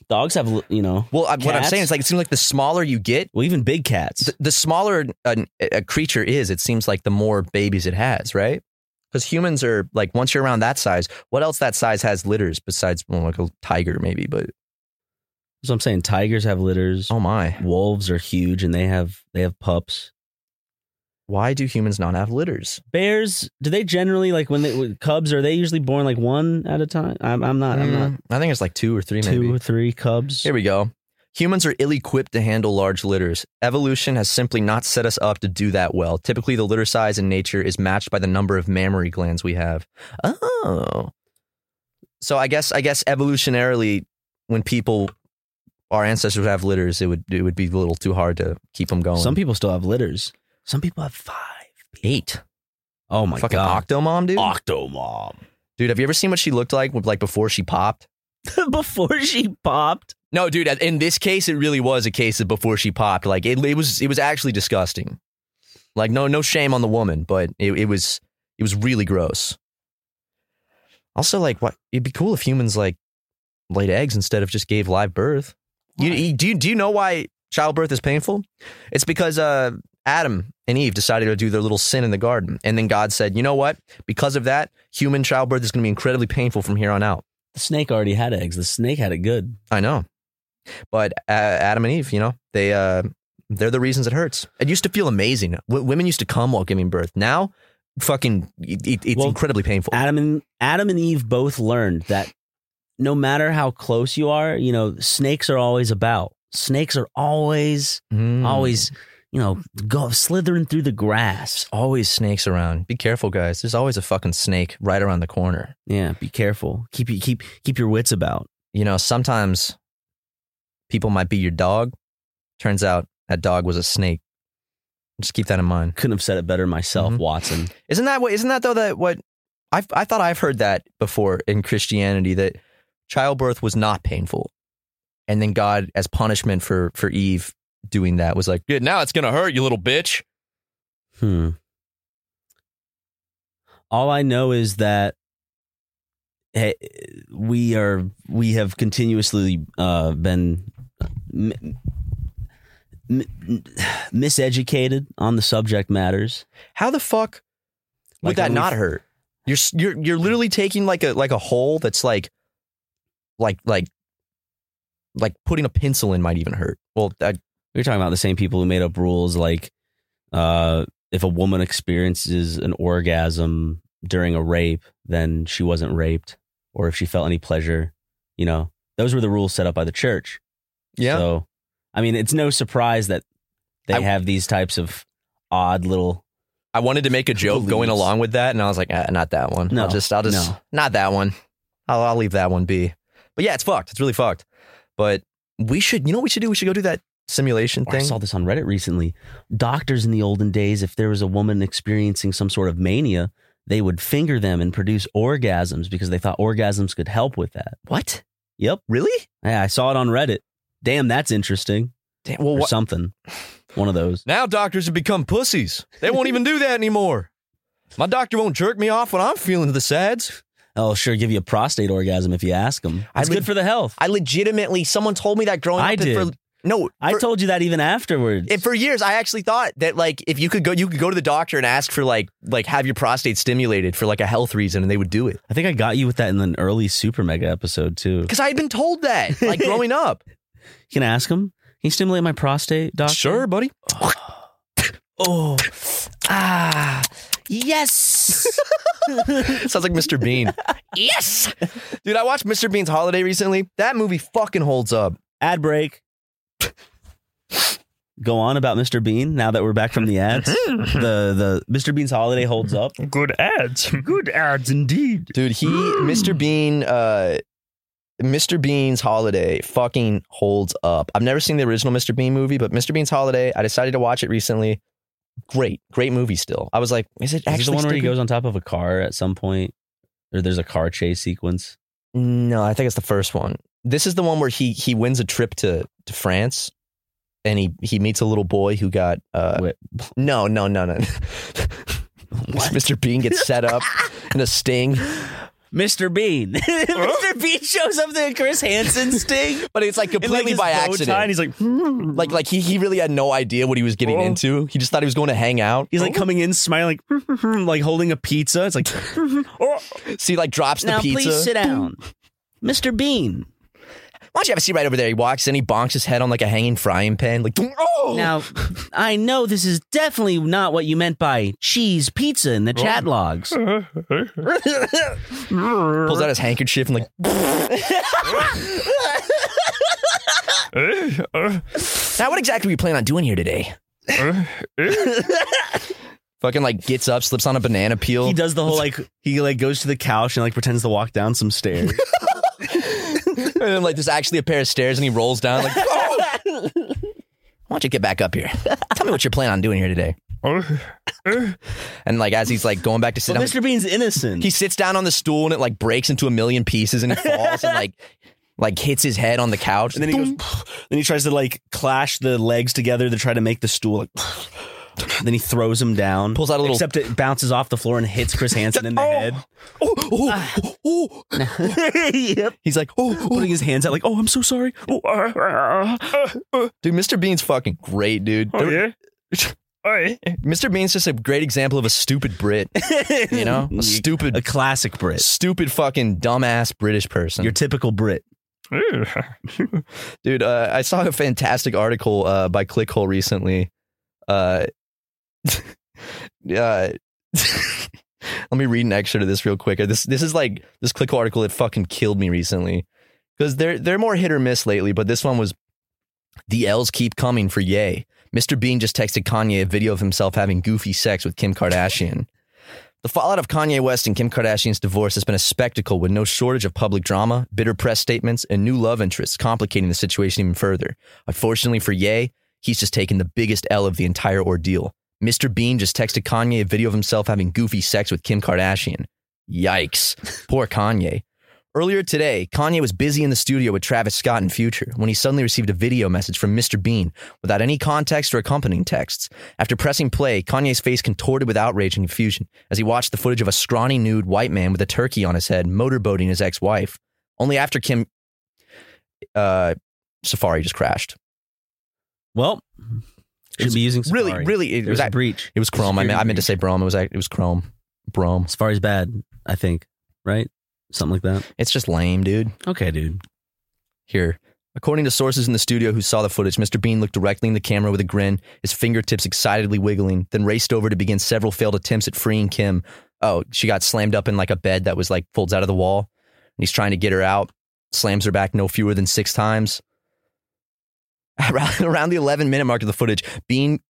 Speaker 2: Dogs have li- you know.
Speaker 1: Well, I, what I'm
Speaker 2: Cats?
Speaker 1: saying is like it seems like the smaller you get,
Speaker 2: Well, even big cats.
Speaker 1: the, the smaller an, a creature is, it seems like the more babies it has, right? Because humans are like once you're around that size, what else that size has litters besides well, like a tiger maybe? But
Speaker 2: So I'm saying tigers have litters.
Speaker 1: oh my,
Speaker 2: Wolves are huge, and they have they have pups.
Speaker 1: why do humans not have litters?
Speaker 2: Bears? Do they generally like when they when cubs? Are they usually born like one at a time? I'm, I'm not. I'm not.
Speaker 1: Mm, I think it's like two or three
Speaker 2: Two
Speaker 1: maybe.
Speaker 2: or three cubs.
Speaker 1: Here we go. Humans are ill equipped to handle large litters. Evolution has simply not set us up to do that well. Typically, the litter size in nature is matched by the number of mammary glands we have. Oh. So I guess I guess evolutionarily, when people, our ancestors would have litters, it would it would be a little too hard to keep them going.
Speaker 2: Some people still have litters. Some people have five.
Speaker 1: eight.
Speaker 2: Oh my
Speaker 1: Fucking
Speaker 2: god.
Speaker 1: Octomom, dude.
Speaker 2: Octomom.
Speaker 1: dude, have you ever seen what she looked like? Like before she popped.
Speaker 2: Before she popped.
Speaker 1: No, dude. In this case, it really was a case of before she popped. Like it, it was, it was actually disgusting. Like no, no shame on the woman, but it, it was, it was really gross. Also, like, what? It'd be cool if humans like laid eggs instead of just gave live birth. You, you- do you do you know why childbirth is painful? It's because uh, Adam and Eve decided to do their little sin in the garden, and then God said, "You know what? Because of that, human childbirth is going to be incredibly painful from here on out."
Speaker 2: The snake already had eggs. The snake had it good.
Speaker 1: I know, but uh, Adam and Eve, you know, they uh, they're the reasons it hurts. It used to feel amazing. W- women used to come while giving birth. Now, fucking, it, it- it's
Speaker 2: Well,
Speaker 1: incredibly painful.
Speaker 2: Adam and Adam and Eve both learned that no matter how close you are, you know, snakes are always about. Snakes are always
Speaker 1: Mm.
Speaker 2: always, you know, go slithering through the grass.
Speaker 1: always snakes around. Be careful, guys. There's always a fucking snake right around the corner.
Speaker 2: Yeah, be careful. Keep you keep keep your wits about.
Speaker 1: you know, sometimes people might be your dog. Turns out that dog was a snake. Just keep that in mind.
Speaker 2: Couldn't have said it better myself,
Speaker 1: Mhm.
Speaker 2: Watson.
Speaker 1: Isn't that what? Isn't that though that what? I I thought I've heard that before in Christianity that childbirth was not painful, and then God, as punishment for for Eve doing that, was like, "Good, now it's gonna hurt you, little bitch."
Speaker 2: Hmm. All I know is that eh, we are we have continuously uh, been m- m- miseducated on the subject matters.
Speaker 1: How the fuck would
Speaker 2: Like
Speaker 1: that
Speaker 2: when we-
Speaker 1: not hurt? You're s- you're you're literally taking like a like a hole that's like like like like putting a pencil in might even hurt. Well, that,
Speaker 2: We were talking about the same people who made up rules like uh, if a woman experiences an orgasm during a rape, then she wasn't raped, or if she felt any pleasure, you know, those were the rules set up by the church.
Speaker 1: yeah.
Speaker 2: So, I mean, it's no surprise that they
Speaker 1: I-
Speaker 2: have these types of odd little.
Speaker 1: I wanted to make a joke going
Speaker 2: Beliefs.
Speaker 1: along with that, and I was like, ah, not that one.
Speaker 2: No,
Speaker 1: I'll just, I'll just,
Speaker 2: no.
Speaker 1: not that one. I'll, I'll leave that one be. But yeah, it's fucked. It's really fucked. But we should, you know, what we should do. We should go do that simulation
Speaker 2: or I
Speaker 1: thing.
Speaker 2: saw this on Reddit recently. Doctors in the olden days, if there was a woman experiencing some sort of mania, they would finger them and produce orgasms because they thought orgasms could help with that.
Speaker 1: What?
Speaker 2: Yep.
Speaker 1: Really?
Speaker 2: Yeah, I saw it on Reddit. Damn, that's interesting.
Speaker 1: Damn. Well,
Speaker 2: Or
Speaker 1: what?
Speaker 2: something. One of those.
Speaker 1: now doctors have become pussies. They won't even do that anymore. My doctor won't jerk me off when I'm feeling the sads.
Speaker 2: Oh, sure, give you a prostate orgasm if you ask them.
Speaker 1: I
Speaker 2: It's
Speaker 1: would-
Speaker 2: good for the health. I,
Speaker 1: I legitimately, someone told me that growing
Speaker 2: I
Speaker 1: up. and
Speaker 2: did.
Speaker 1: For, no, for-
Speaker 2: told you that even afterwards.
Speaker 1: And for years, I actually thought that like if you could go, you could go to the doctor and ask for like like have your prostate stimulated for like a health reason, and they would do it.
Speaker 2: I think I got you with that in an early Super Mega episode too.
Speaker 1: Because I had been told that like growing up.
Speaker 2: You can ask him. Can you stimulate my prostate, doctor?
Speaker 1: buddy.
Speaker 2: Uh-huh. Oh,
Speaker 1: Ah, yes. Sounds like Mr. Bean. yes, dude. I watched Mr. Bean's Holiday recently. That movie fucking holds up.
Speaker 2: ad break. Go on about Mr. Bean. Now that we're back from the ads, the the Mr. Bean's holiday holds up.
Speaker 4: Good ads. Good ads indeed.
Speaker 1: Dude, he Mr. Bean uh Mr. Bean's Holiday fucking holds up. I've never seen the original Mr. Bean movie, but Mr. Bean's Holiday, I decided to watch it recently. Great, great movie still. I was like, is it
Speaker 2: Is
Speaker 1: actually
Speaker 2: this the one where he
Speaker 1: still
Speaker 2: goes on top of a car at some point, or there's a car chase sequence.
Speaker 1: good? No, I think it's the first one. This is the one where he he wins a trip to to France and he he meets a little boy who got uh
Speaker 2: Wait.
Speaker 1: no, no, no, no. Mr. Bean gets set up in a sting.
Speaker 2: Mr. Bean. Mr. Bean shows up to Chris Hansen sting.
Speaker 1: But it's like
Speaker 4: And,
Speaker 1: completely
Speaker 4: his
Speaker 1: by
Speaker 4: bow tie,
Speaker 1: accident.
Speaker 4: and he's like, hmm.
Speaker 1: Like like he he really had no idea what he was getting
Speaker 4: Oh.
Speaker 1: into. He just thought he was going to hang out.
Speaker 2: He's like coming in smiling, like holding a pizza. It's like,
Speaker 1: So he like drops the
Speaker 2: now
Speaker 1: pizza.
Speaker 2: please sit down, Mr. Bean.
Speaker 1: Why don't you have a seat right over there? He walks in, he bonks his head on like a hanging frying pan, like oh
Speaker 2: Now, I know this is definitely not what you meant by cheese pizza in the chat logs.
Speaker 1: pulls out his handkerchief and like now what exactly we plan on doing here today? Fucking like gets up, slips on a banana peel.
Speaker 2: He does the whole like he like goes to the couch and like pretends to walk down some stairs.
Speaker 1: and then like there's actually a pair of stairs and he rolls down like oh! Why don't you get back up here? Tell me what you're planning on doing here today. And like as he's like going back to sit
Speaker 2: But
Speaker 1: down,
Speaker 2: Mr. Bean's innocent.
Speaker 1: he sits down on the stool and it like breaks into a million pieces and it falls and like like hits his head on the couch.
Speaker 2: And then he goes, then he tries to like clash the legs together to try to make the stool. Like, then he throws him down.
Speaker 1: Pulls out a little-
Speaker 2: Except it bounces off the floor and hits Chris Hansen in the
Speaker 1: Oh.
Speaker 2: head.
Speaker 1: Oh, oh, oh, oh. He's like, oh, oh.
Speaker 2: Putting his hands out like, oh, I'm so sorry.
Speaker 4: Oh, uh, uh, uh, uh,
Speaker 1: dude, Mr. Bean's fucking great, dude.
Speaker 4: oh, yeah. Oh, yeah.
Speaker 1: Mr. Bean's just a great example of a stupid Brit, you know, a stupid,
Speaker 2: A classic Brit.
Speaker 1: stupid fucking dumbass British person.
Speaker 2: Your typical Brit.
Speaker 4: Ew.
Speaker 1: Dude, uh, I saw a fantastic article uh, by Clickhole recently. Uh, uh, let me read an extra to this real quick. This this is like this Clickhole article that fucking killed me recently because they're they're more hit or miss lately. But this one was the L's keep coming for Yay. Mr. Bean just texted Kanye a video of himself having goofy sex with Kim Kardashian. The fallout of Kanye West and Kim Kardashian's divorce has been a spectacle with no shortage of public drama, bitter press statements, and new love interests complicating the situation even further. Unfortunately for Ye, he's just taken the biggest L of the entire ordeal. Mr. Bean just texted Kanye a video of himself having goofy sex with Kim Kardashian. Yikes. Poor Kanye. Earlier today, Kanye was busy in the studio with Travis Scott and Future when he suddenly received a video message from Mr. Bean without any context or accompanying texts. After pressing play, Kanye's face contorted with outrage and confusion as he watched the footage of a scrawny nude white man with a turkey on his head motorboating his ex-wife. Only after Kim uh Safari just crashed.
Speaker 2: Well, should be using Safari.
Speaker 1: Really, really it
Speaker 2: There's
Speaker 1: was
Speaker 2: a
Speaker 1: act-
Speaker 2: breach.
Speaker 1: it was Chrome. I meant I meant to say Brom. It was act- it was Chrome. Brom.
Speaker 2: Safari's bad, I think. Right? Something like that.
Speaker 1: It's just lame, dude.
Speaker 2: Okay, dude.
Speaker 1: Here. According to sources in the studio who saw the footage, Mr. Bean looked directly in the camera with a grin, his fingertips excitedly wiggling, then raced over to begin several failed attempts at freeing Kim. Oh, she got slammed up in like a bed that was like folds out of the wall. And he's trying to get her out, slams her back no fewer than six times. Around, around the 11 minute mark of the footage, Bean.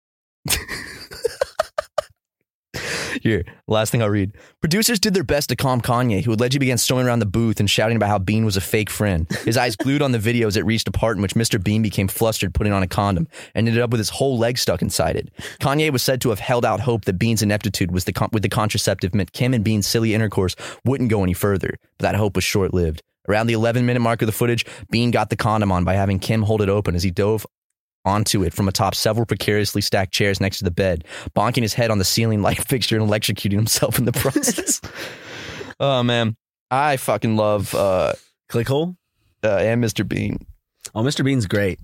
Speaker 1: Here, last thing I'll read. Producers did their best to calm Kanye, who allegedly began storming around the booth and shouting about how Bean was a fake friend. His eyes glued on the video as it reached a part in which Mr. Bean became flustered putting on a condom and ended up with his whole leg stuck inside it. Kanye was said to have held out hope that Bean's ineptitude was the con- with the contraceptive meant Kim and Bean's silly intercourse wouldn't go any further, but that hope was short lived. Around the 11 minute mark of the footage, Bean got the condom on by having Kim hold it open as he dove onto it from atop several precariously stacked chairs next to the bed, bonking his head on the ceiling light fixture and electrocuting himself in the process. oh man, I fucking love uh,
Speaker 2: Click hole?
Speaker 1: uh and Mr. Bean.
Speaker 2: Oh, Mr. Bean's great.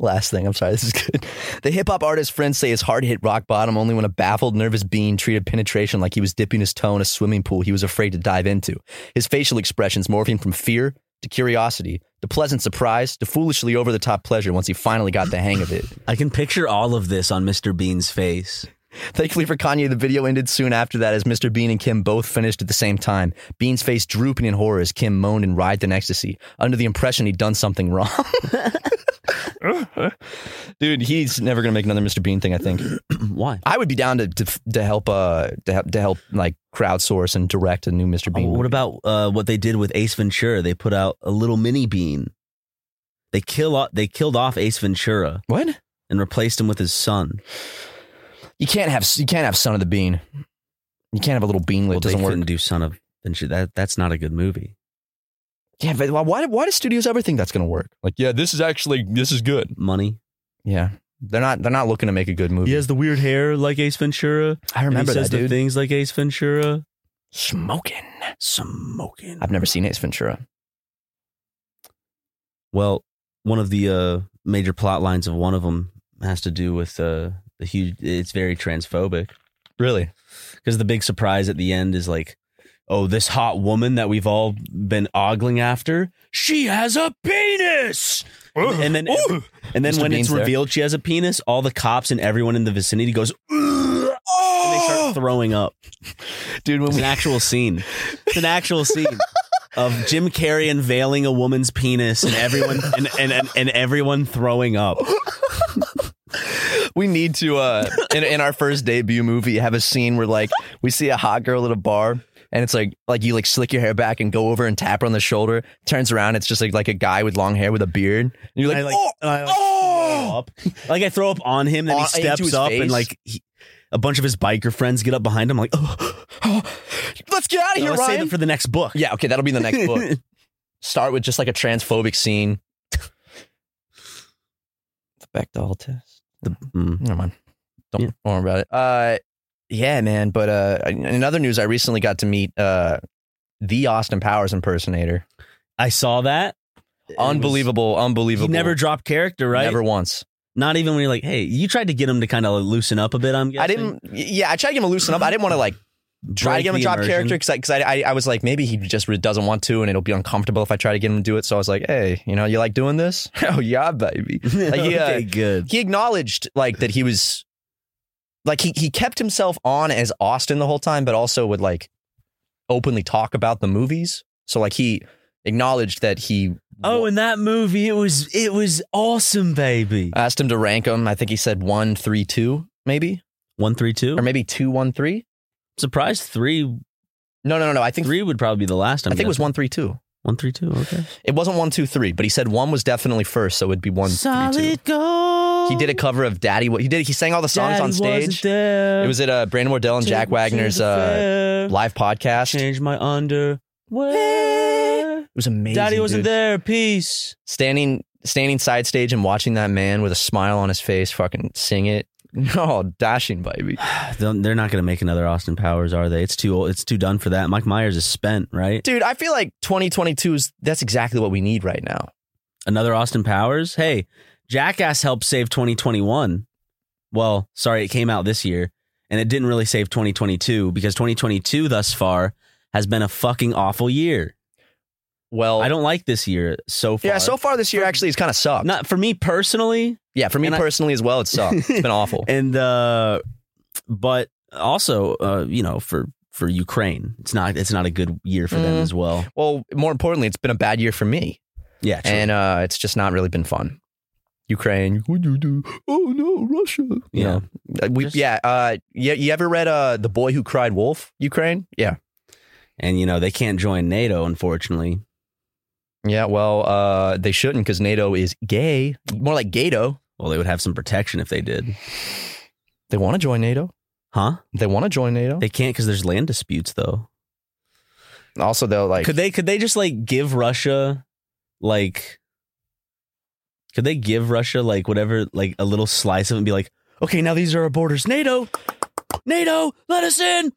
Speaker 1: Last thing, I'm sorry, this is good. The hip hop artist friends say his heart hit rock bottom only when a baffled, nervous bean treated penetration like he was dipping his toe in a swimming pool he was afraid to dive into. His facial expressions morphing from fear to curiosity to pleasant surprise to foolishly over the top pleasure once he finally got the hang of it.
Speaker 2: I can picture all of this on Mr. Bean's face.
Speaker 1: Thankfully for Kanye, the video ended soon after that as Mr. Bean and Kim both finished at the same time. Bean's face drooping in horror as Kim moaned and writhed in ecstasy, under the impression he'd done something wrong. Dude, he's never gonna make another Mr. Bean thing. I think
Speaker 2: Why?
Speaker 1: I would be down to to, to help uh to help to help like crowdsource and direct a new Mr. Bean.
Speaker 2: what
Speaker 1: movie.
Speaker 2: about uh, what they did with Ace Ventura? They put out a little mini bean. They kill o- they killed off Ace Ventura
Speaker 1: what?
Speaker 2: and replaced him with his son.
Speaker 1: You can't have you can't have Son of the Bean. You can't have a little beanlet.
Speaker 2: Well,
Speaker 1: it
Speaker 2: they
Speaker 1: doesn't
Speaker 2: couldn't
Speaker 1: work.
Speaker 2: do Son of Ventura. That that's not a good movie.
Speaker 1: Yeah, but why why do studios ever think that's gonna work? Like, yeah, this is actually this is good.
Speaker 2: Money.
Speaker 1: Yeah, they're not they're not looking to make a good movie.
Speaker 2: the weird hair like Ace Ventura.
Speaker 1: I remember that dude.
Speaker 2: things like Ace Ventura.
Speaker 1: Smoking.
Speaker 2: Smoking.
Speaker 1: I've never seen Ace Ventura.
Speaker 2: Well, one of the uh, major plot lines of one of them has to do with uh, the huge. It's very transphobic
Speaker 1: Really?
Speaker 2: because the big surprise at the end is like, oh, this hot woman that we've all been ogling after, she has a penis. And then-
Speaker 4: Ooh.
Speaker 2: And then
Speaker 1: Mr.
Speaker 2: when
Speaker 1: Bean's
Speaker 2: it's
Speaker 1: there.
Speaker 2: revealed she has a penis, all the cops and everyone in the vicinity goes. "Ugh," And they start throwing up.
Speaker 1: Dude, when
Speaker 2: It's
Speaker 1: we,
Speaker 2: an actual scene. It's an actual scene of Jim Carrey unveiling a woman's penis and everyone and and, and, and everyone throwing up.
Speaker 1: we need to uh in, in our first debut movie have a scene where like we see a hot girl at a bar and it's like like you like slick your hair back and go over and tap her on the shoulder, turns around, it's just like like a guy with long hair with a beard. And you're like,
Speaker 2: I like,
Speaker 1: oh,
Speaker 2: and I like
Speaker 1: oh!
Speaker 2: throw up. Like I throw up on him, then
Speaker 1: On-
Speaker 2: he
Speaker 1: into his
Speaker 2: steps up
Speaker 1: face?
Speaker 2: and like he, a bunch of his biker friends get up behind him, like, oh,
Speaker 1: let's get out of
Speaker 2: No,
Speaker 1: here,
Speaker 2: let's save
Speaker 1: Ryan.
Speaker 2: it for the next book.
Speaker 1: yeah, okay, that'll be the next book. Start with just like a transphobic scene. the Bechdel test.
Speaker 2: Mm.
Speaker 1: Never mind. Don't
Speaker 2: Yeah.
Speaker 1: worry about it. Uh, yeah, man. But uh, in other news, I recently got to meet uh, the Austin Powers impersonator.
Speaker 2: I saw that. It was-
Speaker 1: Unbelievable,
Speaker 2: He
Speaker 1: unbelievable.
Speaker 2: never dropped character, right?
Speaker 1: Never once.
Speaker 2: Not even when you're like, hey, you tried to get him to kind of loosen up a bit. I'm guessing.
Speaker 1: I didn't. Yeah, I tried to get him to loosen up. I didn't want to like try to
Speaker 2: Break
Speaker 1: get him to
Speaker 2: the
Speaker 1: drop
Speaker 2: immersion.
Speaker 1: character because I, cause I, I I was like maybe he just really doesn't want to and it'll be uncomfortable if I try to get him to do it. So I was like, hey, you know, you like doing this? oh yeah, baby. Like, he, uh,
Speaker 2: okay, good.
Speaker 1: He acknowledged like that he was like he he kept himself on as Austin the whole time, but also would like openly talk about the movies. So like he acknowledged that he
Speaker 2: Oh, in that movie, it was it was awesome, baby.
Speaker 1: I asked him to rank them. I think he said one, three, two, maybe,
Speaker 2: One, three, two.
Speaker 1: or maybe two, one, three.
Speaker 2: Surprise, three,
Speaker 1: No, no, no, no. I think
Speaker 2: three would probably be the last.
Speaker 1: I
Speaker 2: I'm
Speaker 1: think it was
Speaker 2: guessing.
Speaker 1: one, three, two.
Speaker 2: one, three, two. Okay.
Speaker 1: It wasn't one, two, three, but he said one was definitely first, so it would be one,
Speaker 2: Solid
Speaker 1: three, two.
Speaker 2: gold.
Speaker 1: He did a cover of Daddy. Wa- He did. He sang all the songs
Speaker 2: Daddy
Speaker 1: on stage.
Speaker 2: wasn't there.
Speaker 1: It was at uh, Brandon Wardell and
Speaker 2: Took
Speaker 1: Jack
Speaker 2: me to
Speaker 1: Wagner's
Speaker 2: the
Speaker 1: uh,
Speaker 2: fair.
Speaker 1: live podcast. It
Speaker 2: Change my underwear.
Speaker 1: was amazing.
Speaker 2: Daddy
Speaker 1: dude.
Speaker 2: wasn't there. Peace.
Speaker 1: standing standing side stage and watching that man with a smile on his face fucking sing it. Oh, dashing baby.
Speaker 2: They'll- They're not going to make another Austin Powers, are they? It's too old. It's too done for that. Mike Myers is spent, right?
Speaker 1: Dude, I feel like 2022 is that's exactly what we need right now.
Speaker 2: Another Austin Powers. Hey, Jackass helped save 2021. Well, sorry, it came out this year, and it didn't really save 2022 because 2022 thus far has been a fucking awful year.
Speaker 1: Well,
Speaker 2: I don't like this year so far.
Speaker 1: Yeah, so far this year actually it's kind of sucked.
Speaker 2: not for me personally,
Speaker 1: yeah, for me
Speaker 2: and I-
Speaker 1: personally as well, it sucked. It's been awful.
Speaker 2: and uh, but also, uh, you know, for for Ukraine, it's not it's not a good year for them
Speaker 1: Mm.
Speaker 2: as well.
Speaker 1: Well, more importantly, it's been a bad year for me,
Speaker 2: Yeah, true.
Speaker 1: and uh, it's just not really been fun. Ukraine, what do you do? Oh no, Russia. You
Speaker 2: Yeah.
Speaker 1: know, uh, we
Speaker 2: Just-
Speaker 1: yeah, uh, yeah. You ever read uh, the boy who cried wolf? Ukraine. Yeah,
Speaker 2: and you know they can't join NATO, unfortunately.
Speaker 1: yeah. Well, uh, they shouldn't because NATO is gay. More like Gato.
Speaker 2: Well, they would have some protection if they did,
Speaker 1: Mm-hmm. They want to join NATO.
Speaker 2: huh?
Speaker 1: They want to join NATO.
Speaker 2: They can't because there's land disputes, though.
Speaker 1: also, though, like
Speaker 2: Could they? Could they just like give Russia, like, could they give Russia like whatever, like a little slice of it and be like, okay, now these are our borders, NATO, NATO, let us in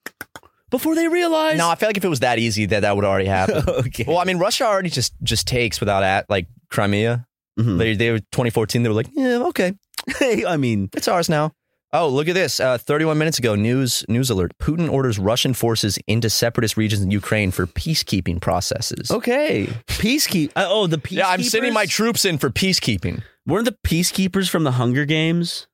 Speaker 2: before they realize.
Speaker 1: no, I feel like if it was that easy, that that would already happen.
Speaker 2: okay.
Speaker 1: well, I mean, Russia already just just takes without at like Crimea.
Speaker 2: Mhm.
Speaker 1: They they were 2014. They were like, yeah, okay.
Speaker 2: I mean,
Speaker 1: It's ours now. Oh, look at this. Uh, 31 minutes ago, news news alert. Putin orders Russian forces into separatist regions in Ukraine for peacekeeping processes.
Speaker 2: okay, peacekeep. Uh, oh, the Oh, peacekeepers.
Speaker 1: Yeah, I'm sending my troops in for peacekeeping.
Speaker 2: Weren't the peacekeepers from the Hunger Games?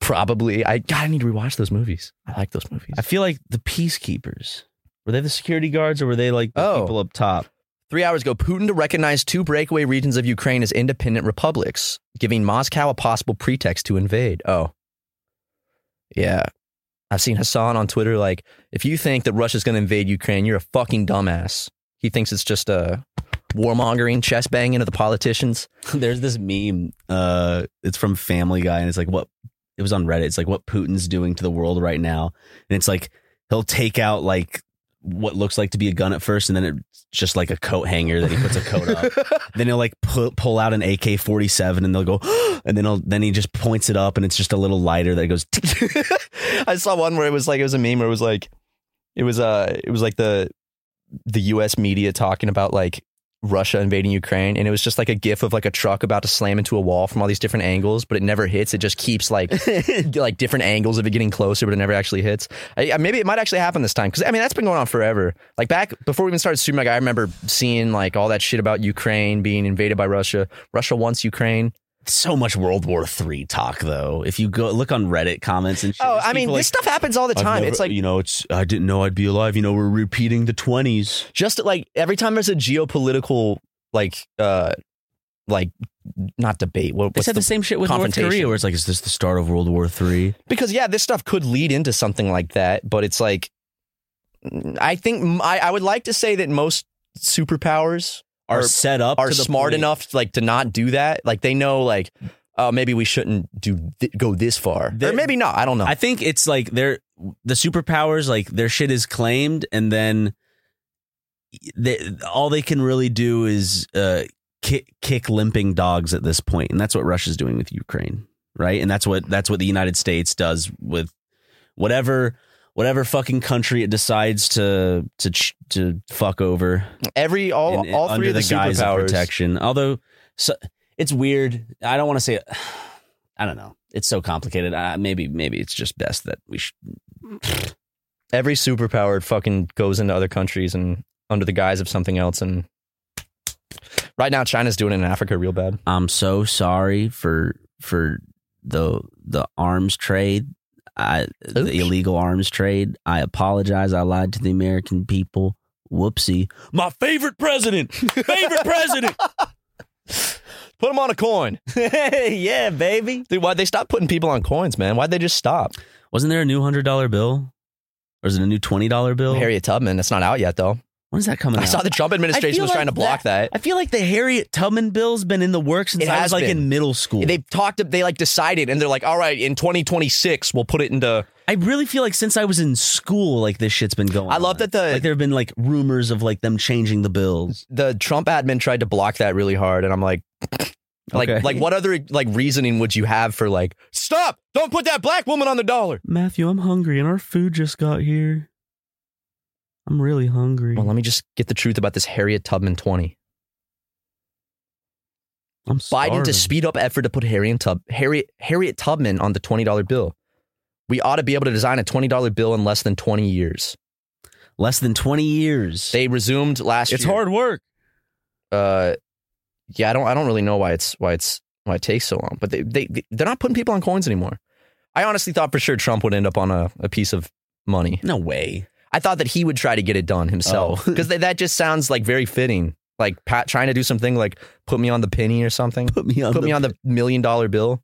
Speaker 1: Probably. I God, I need to rewatch those movies. I like those movies.
Speaker 2: I feel like the peacekeepers were they the security guards or were they like the
Speaker 1: Oh.
Speaker 2: people up top?
Speaker 1: Three hours ago, Putin to recognize two breakaway regions of Ukraine as independent republics, giving Moscow a possible pretext to invade. Oh. Yeah. I've seen Hassan on Twitter like, if you think that Russia's going to invade Ukraine, you're a fucking dumbass. He thinks it's just a warmongering, chest banging of the politicians.
Speaker 2: There's this meme. Uh, it's from Family Guy, and it's like what it was on Reddit. It's like what Putin's doing to the world right now, and it's like he'll take out like what looks like to be a gun at first, and then it's just like a coat hanger that he puts a coat up. Then he'll like pull, pull out an AK forty seven, and they'll go, and then he'll, then he just points it up, and it's just a little lighter that goes.
Speaker 1: I saw one where it was like it was a meme where it was like it was uh it was like the the US media talking about like Russia invading Ukraine and it was just like a gif of like a truck about to slam into a wall from all these different angles but it never hits it just keeps like like different angles of it getting closer but it never actually hits I, I- maybe it might actually happen this time cuz I mean that's been going on forever like back before we even started streaming like I remember seeing like all that shit about Ukraine being invaded by Russia Russia wants Ukraine
Speaker 2: so much World War Three talk though. If you go look on Reddit comments and shit,
Speaker 1: oh
Speaker 2: there's
Speaker 1: I mean
Speaker 2: people
Speaker 1: this
Speaker 2: like,
Speaker 1: stuff happens all the
Speaker 2: "I've
Speaker 1: time
Speaker 2: never-
Speaker 1: it's like
Speaker 2: you know, it's I didn't know I'd be alive. You know, we're repeating the twenties.
Speaker 1: just like every time there's a geopolitical like uh like not debate what,
Speaker 2: They
Speaker 1: what's
Speaker 2: said the,
Speaker 1: the-
Speaker 2: same shit with North
Speaker 1: confrontation?
Speaker 2: Korea, where it's like, is this the start of World War Three?
Speaker 1: because yeah this stuff could lead into something like that but it's like i think m- i, I would like to say that most superpowers
Speaker 2: Are
Speaker 1: are
Speaker 2: set up
Speaker 1: are
Speaker 2: to the
Speaker 1: smart
Speaker 2: point-
Speaker 1: enough like to not do that like they know like oh, maybe we shouldn't do th- go this far,
Speaker 2: There-
Speaker 1: or maybe not. I don't know.
Speaker 2: I think it's like they're the superpowers, like their shit is claimed, and then they, all they can really do is uh, kick, kick limping dogs at this point, and that's what Russia's doing with Ukraine, right? And that's what that's what the United States does with whatever whatever fucking country it decides to to ch- to fuck over
Speaker 1: Every all
Speaker 2: in-
Speaker 1: Oh, all
Speaker 2: under
Speaker 1: three of the,
Speaker 2: guise of
Speaker 1: superpowers.
Speaker 2: protection. Although so, it's weird. I don't want to say. I don't know. It's so complicated. Uh, maybe maybe it's just best that we should.
Speaker 1: Every superpower fucking goes into other countries and under the guise of something else. And right now, China's doing it in Africa real bad.
Speaker 2: I'm so sorry for for the the arms trade. I, the
Speaker 1: Oops.
Speaker 2: illegal arms trade. I apologize. I lied to the American people. Whoopsie. My favorite president. Favorite president.
Speaker 1: Put them on a coin,
Speaker 2: yeah, baby.
Speaker 1: dude. Why'd they stop putting people on coins, man? Why'd they just stop?
Speaker 2: Wasn't there a new hundred dollar bill? Or is it a new twenty dollar bill?
Speaker 1: Harriet Tubman. That's not out yet, though.
Speaker 2: When's that coming
Speaker 1: Oh. I
Speaker 2: out?
Speaker 1: saw the Trump
Speaker 2: I
Speaker 1: administration
Speaker 2: feel
Speaker 1: was trying to
Speaker 2: like
Speaker 1: block that.
Speaker 2: I feel like the Harriet Tubman bill's been in the works since
Speaker 1: It
Speaker 2: I was
Speaker 1: has
Speaker 2: like
Speaker 1: been.
Speaker 2: in middle school.
Speaker 1: They talked. They like decided, and they're like, "All right, in 2026, we'll put it into."
Speaker 2: I really feel like since I was in school, like this shit's been going.
Speaker 1: I love
Speaker 2: on.
Speaker 1: that the-
Speaker 2: like there have been like rumors of like them changing the bills.
Speaker 1: The Trump admin tried to block that really hard, and I'm like, like,
Speaker 2: Okay.
Speaker 1: like, what other like reasoning would you have for like, stop? Don't put that black woman on the dollar.
Speaker 2: Matthew, I'm hungry, and our food just got here. I'm really hungry.
Speaker 1: Well, let me just get the truth about this Harriet Tubman 20.
Speaker 2: I'm
Speaker 1: Biden to speed up effort to put Harriet, Tub- Harriet, Harriet Tubman on the $20 bill. We ought to be able to design a $20 bill in less than 20 years.
Speaker 2: less than 20 years.
Speaker 1: They resumed last
Speaker 2: it's
Speaker 1: year.
Speaker 2: hard work.
Speaker 1: uh yeah i don't i don't really know why it's why it's why it takes so long but they, they they're not putting people on coins anymore i honestly thought for sure trump would end up on a, a piece of money
Speaker 2: No way.
Speaker 1: i thought that he would try to get it done himself
Speaker 2: Oh.
Speaker 1: because that just sounds like very fitting like pat trying to do something like put me on the penny or something
Speaker 2: Put me on.
Speaker 1: put
Speaker 2: the,
Speaker 1: me on the million dollar bill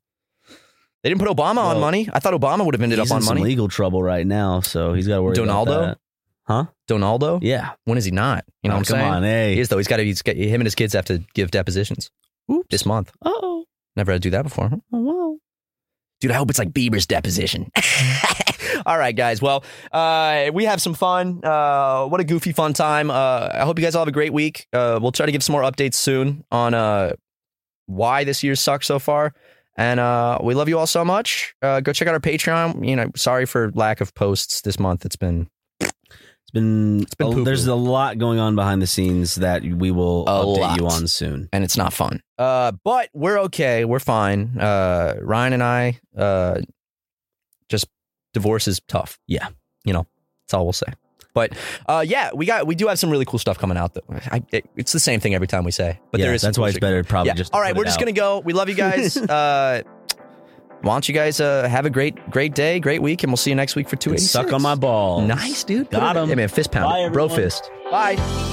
Speaker 1: they didn't put obama on
Speaker 2: Well,
Speaker 1: money i thought obama would have ended up
Speaker 2: He's in
Speaker 1: on
Speaker 2: some
Speaker 1: money
Speaker 2: legal trouble right now, so he's got to worry.
Speaker 1: Donaldo?
Speaker 2: About
Speaker 1: donaldo
Speaker 2: that. Yeah.
Speaker 1: when is he not you know what
Speaker 2: Oh,
Speaker 1: i'm
Speaker 2: come
Speaker 1: saying
Speaker 2: on, hey.
Speaker 1: he is though he's got to he's got him and his kids have to give depositions
Speaker 2: Oops.
Speaker 1: this month
Speaker 2: oh.
Speaker 1: never had to do that before huh?
Speaker 2: Oh wow.
Speaker 1: Dude, I hope it's like Bieber's deposition. all right, guys. Well, uh, we have some fun. Uh, what a goofy, fun time. Uh, I hope you guys all have a great week. Uh, we'll try to give some more updates soon on uh, why this year sucks so far. And uh, we love you all so much. Uh, go check out our Patreon. You know, sorry for lack of posts this month. It's been
Speaker 2: It's been,
Speaker 1: been
Speaker 2: oh,
Speaker 1: poo-poo.
Speaker 2: there's a lot going on behind the scenes that we will
Speaker 1: A
Speaker 2: update
Speaker 1: lot.
Speaker 2: you on soon.
Speaker 1: and it's not fun. Uh, but we're okay. We're fine. Uh, Ryan and I, uh, just divorce is tough.
Speaker 2: Yeah.
Speaker 1: you know, that's all we'll say. But uh, yeah, we got we do have some really cool stuff coming out. Though I, it, it's the same thing every time we say, but
Speaker 2: yeah,
Speaker 1: there is some
Speaker 2: that's
Speaker 1: cool
Speaker 2: why it's
Speaker 1: shit
Speaker 2: better probably
Speaker 1: yeah.
Speaker 2: just.
Speaker 1: All right, we're just gonna go. We love you guys. uh, why don't you guys uh, have a great great day, great week, and we'll see you next week for two
Speaker 2: suck on my ball.
Speaker 1: Nice, dude. Put
Speaker 2: Got
Speaker 1: it-
Speaker 2: 'em.
Speaker 1: Hey, man, fist pound.
Speaker 2: Bye,
Speaker 1: Bro
Speaker 2: everyone.
Speaker 1: fist. Bye.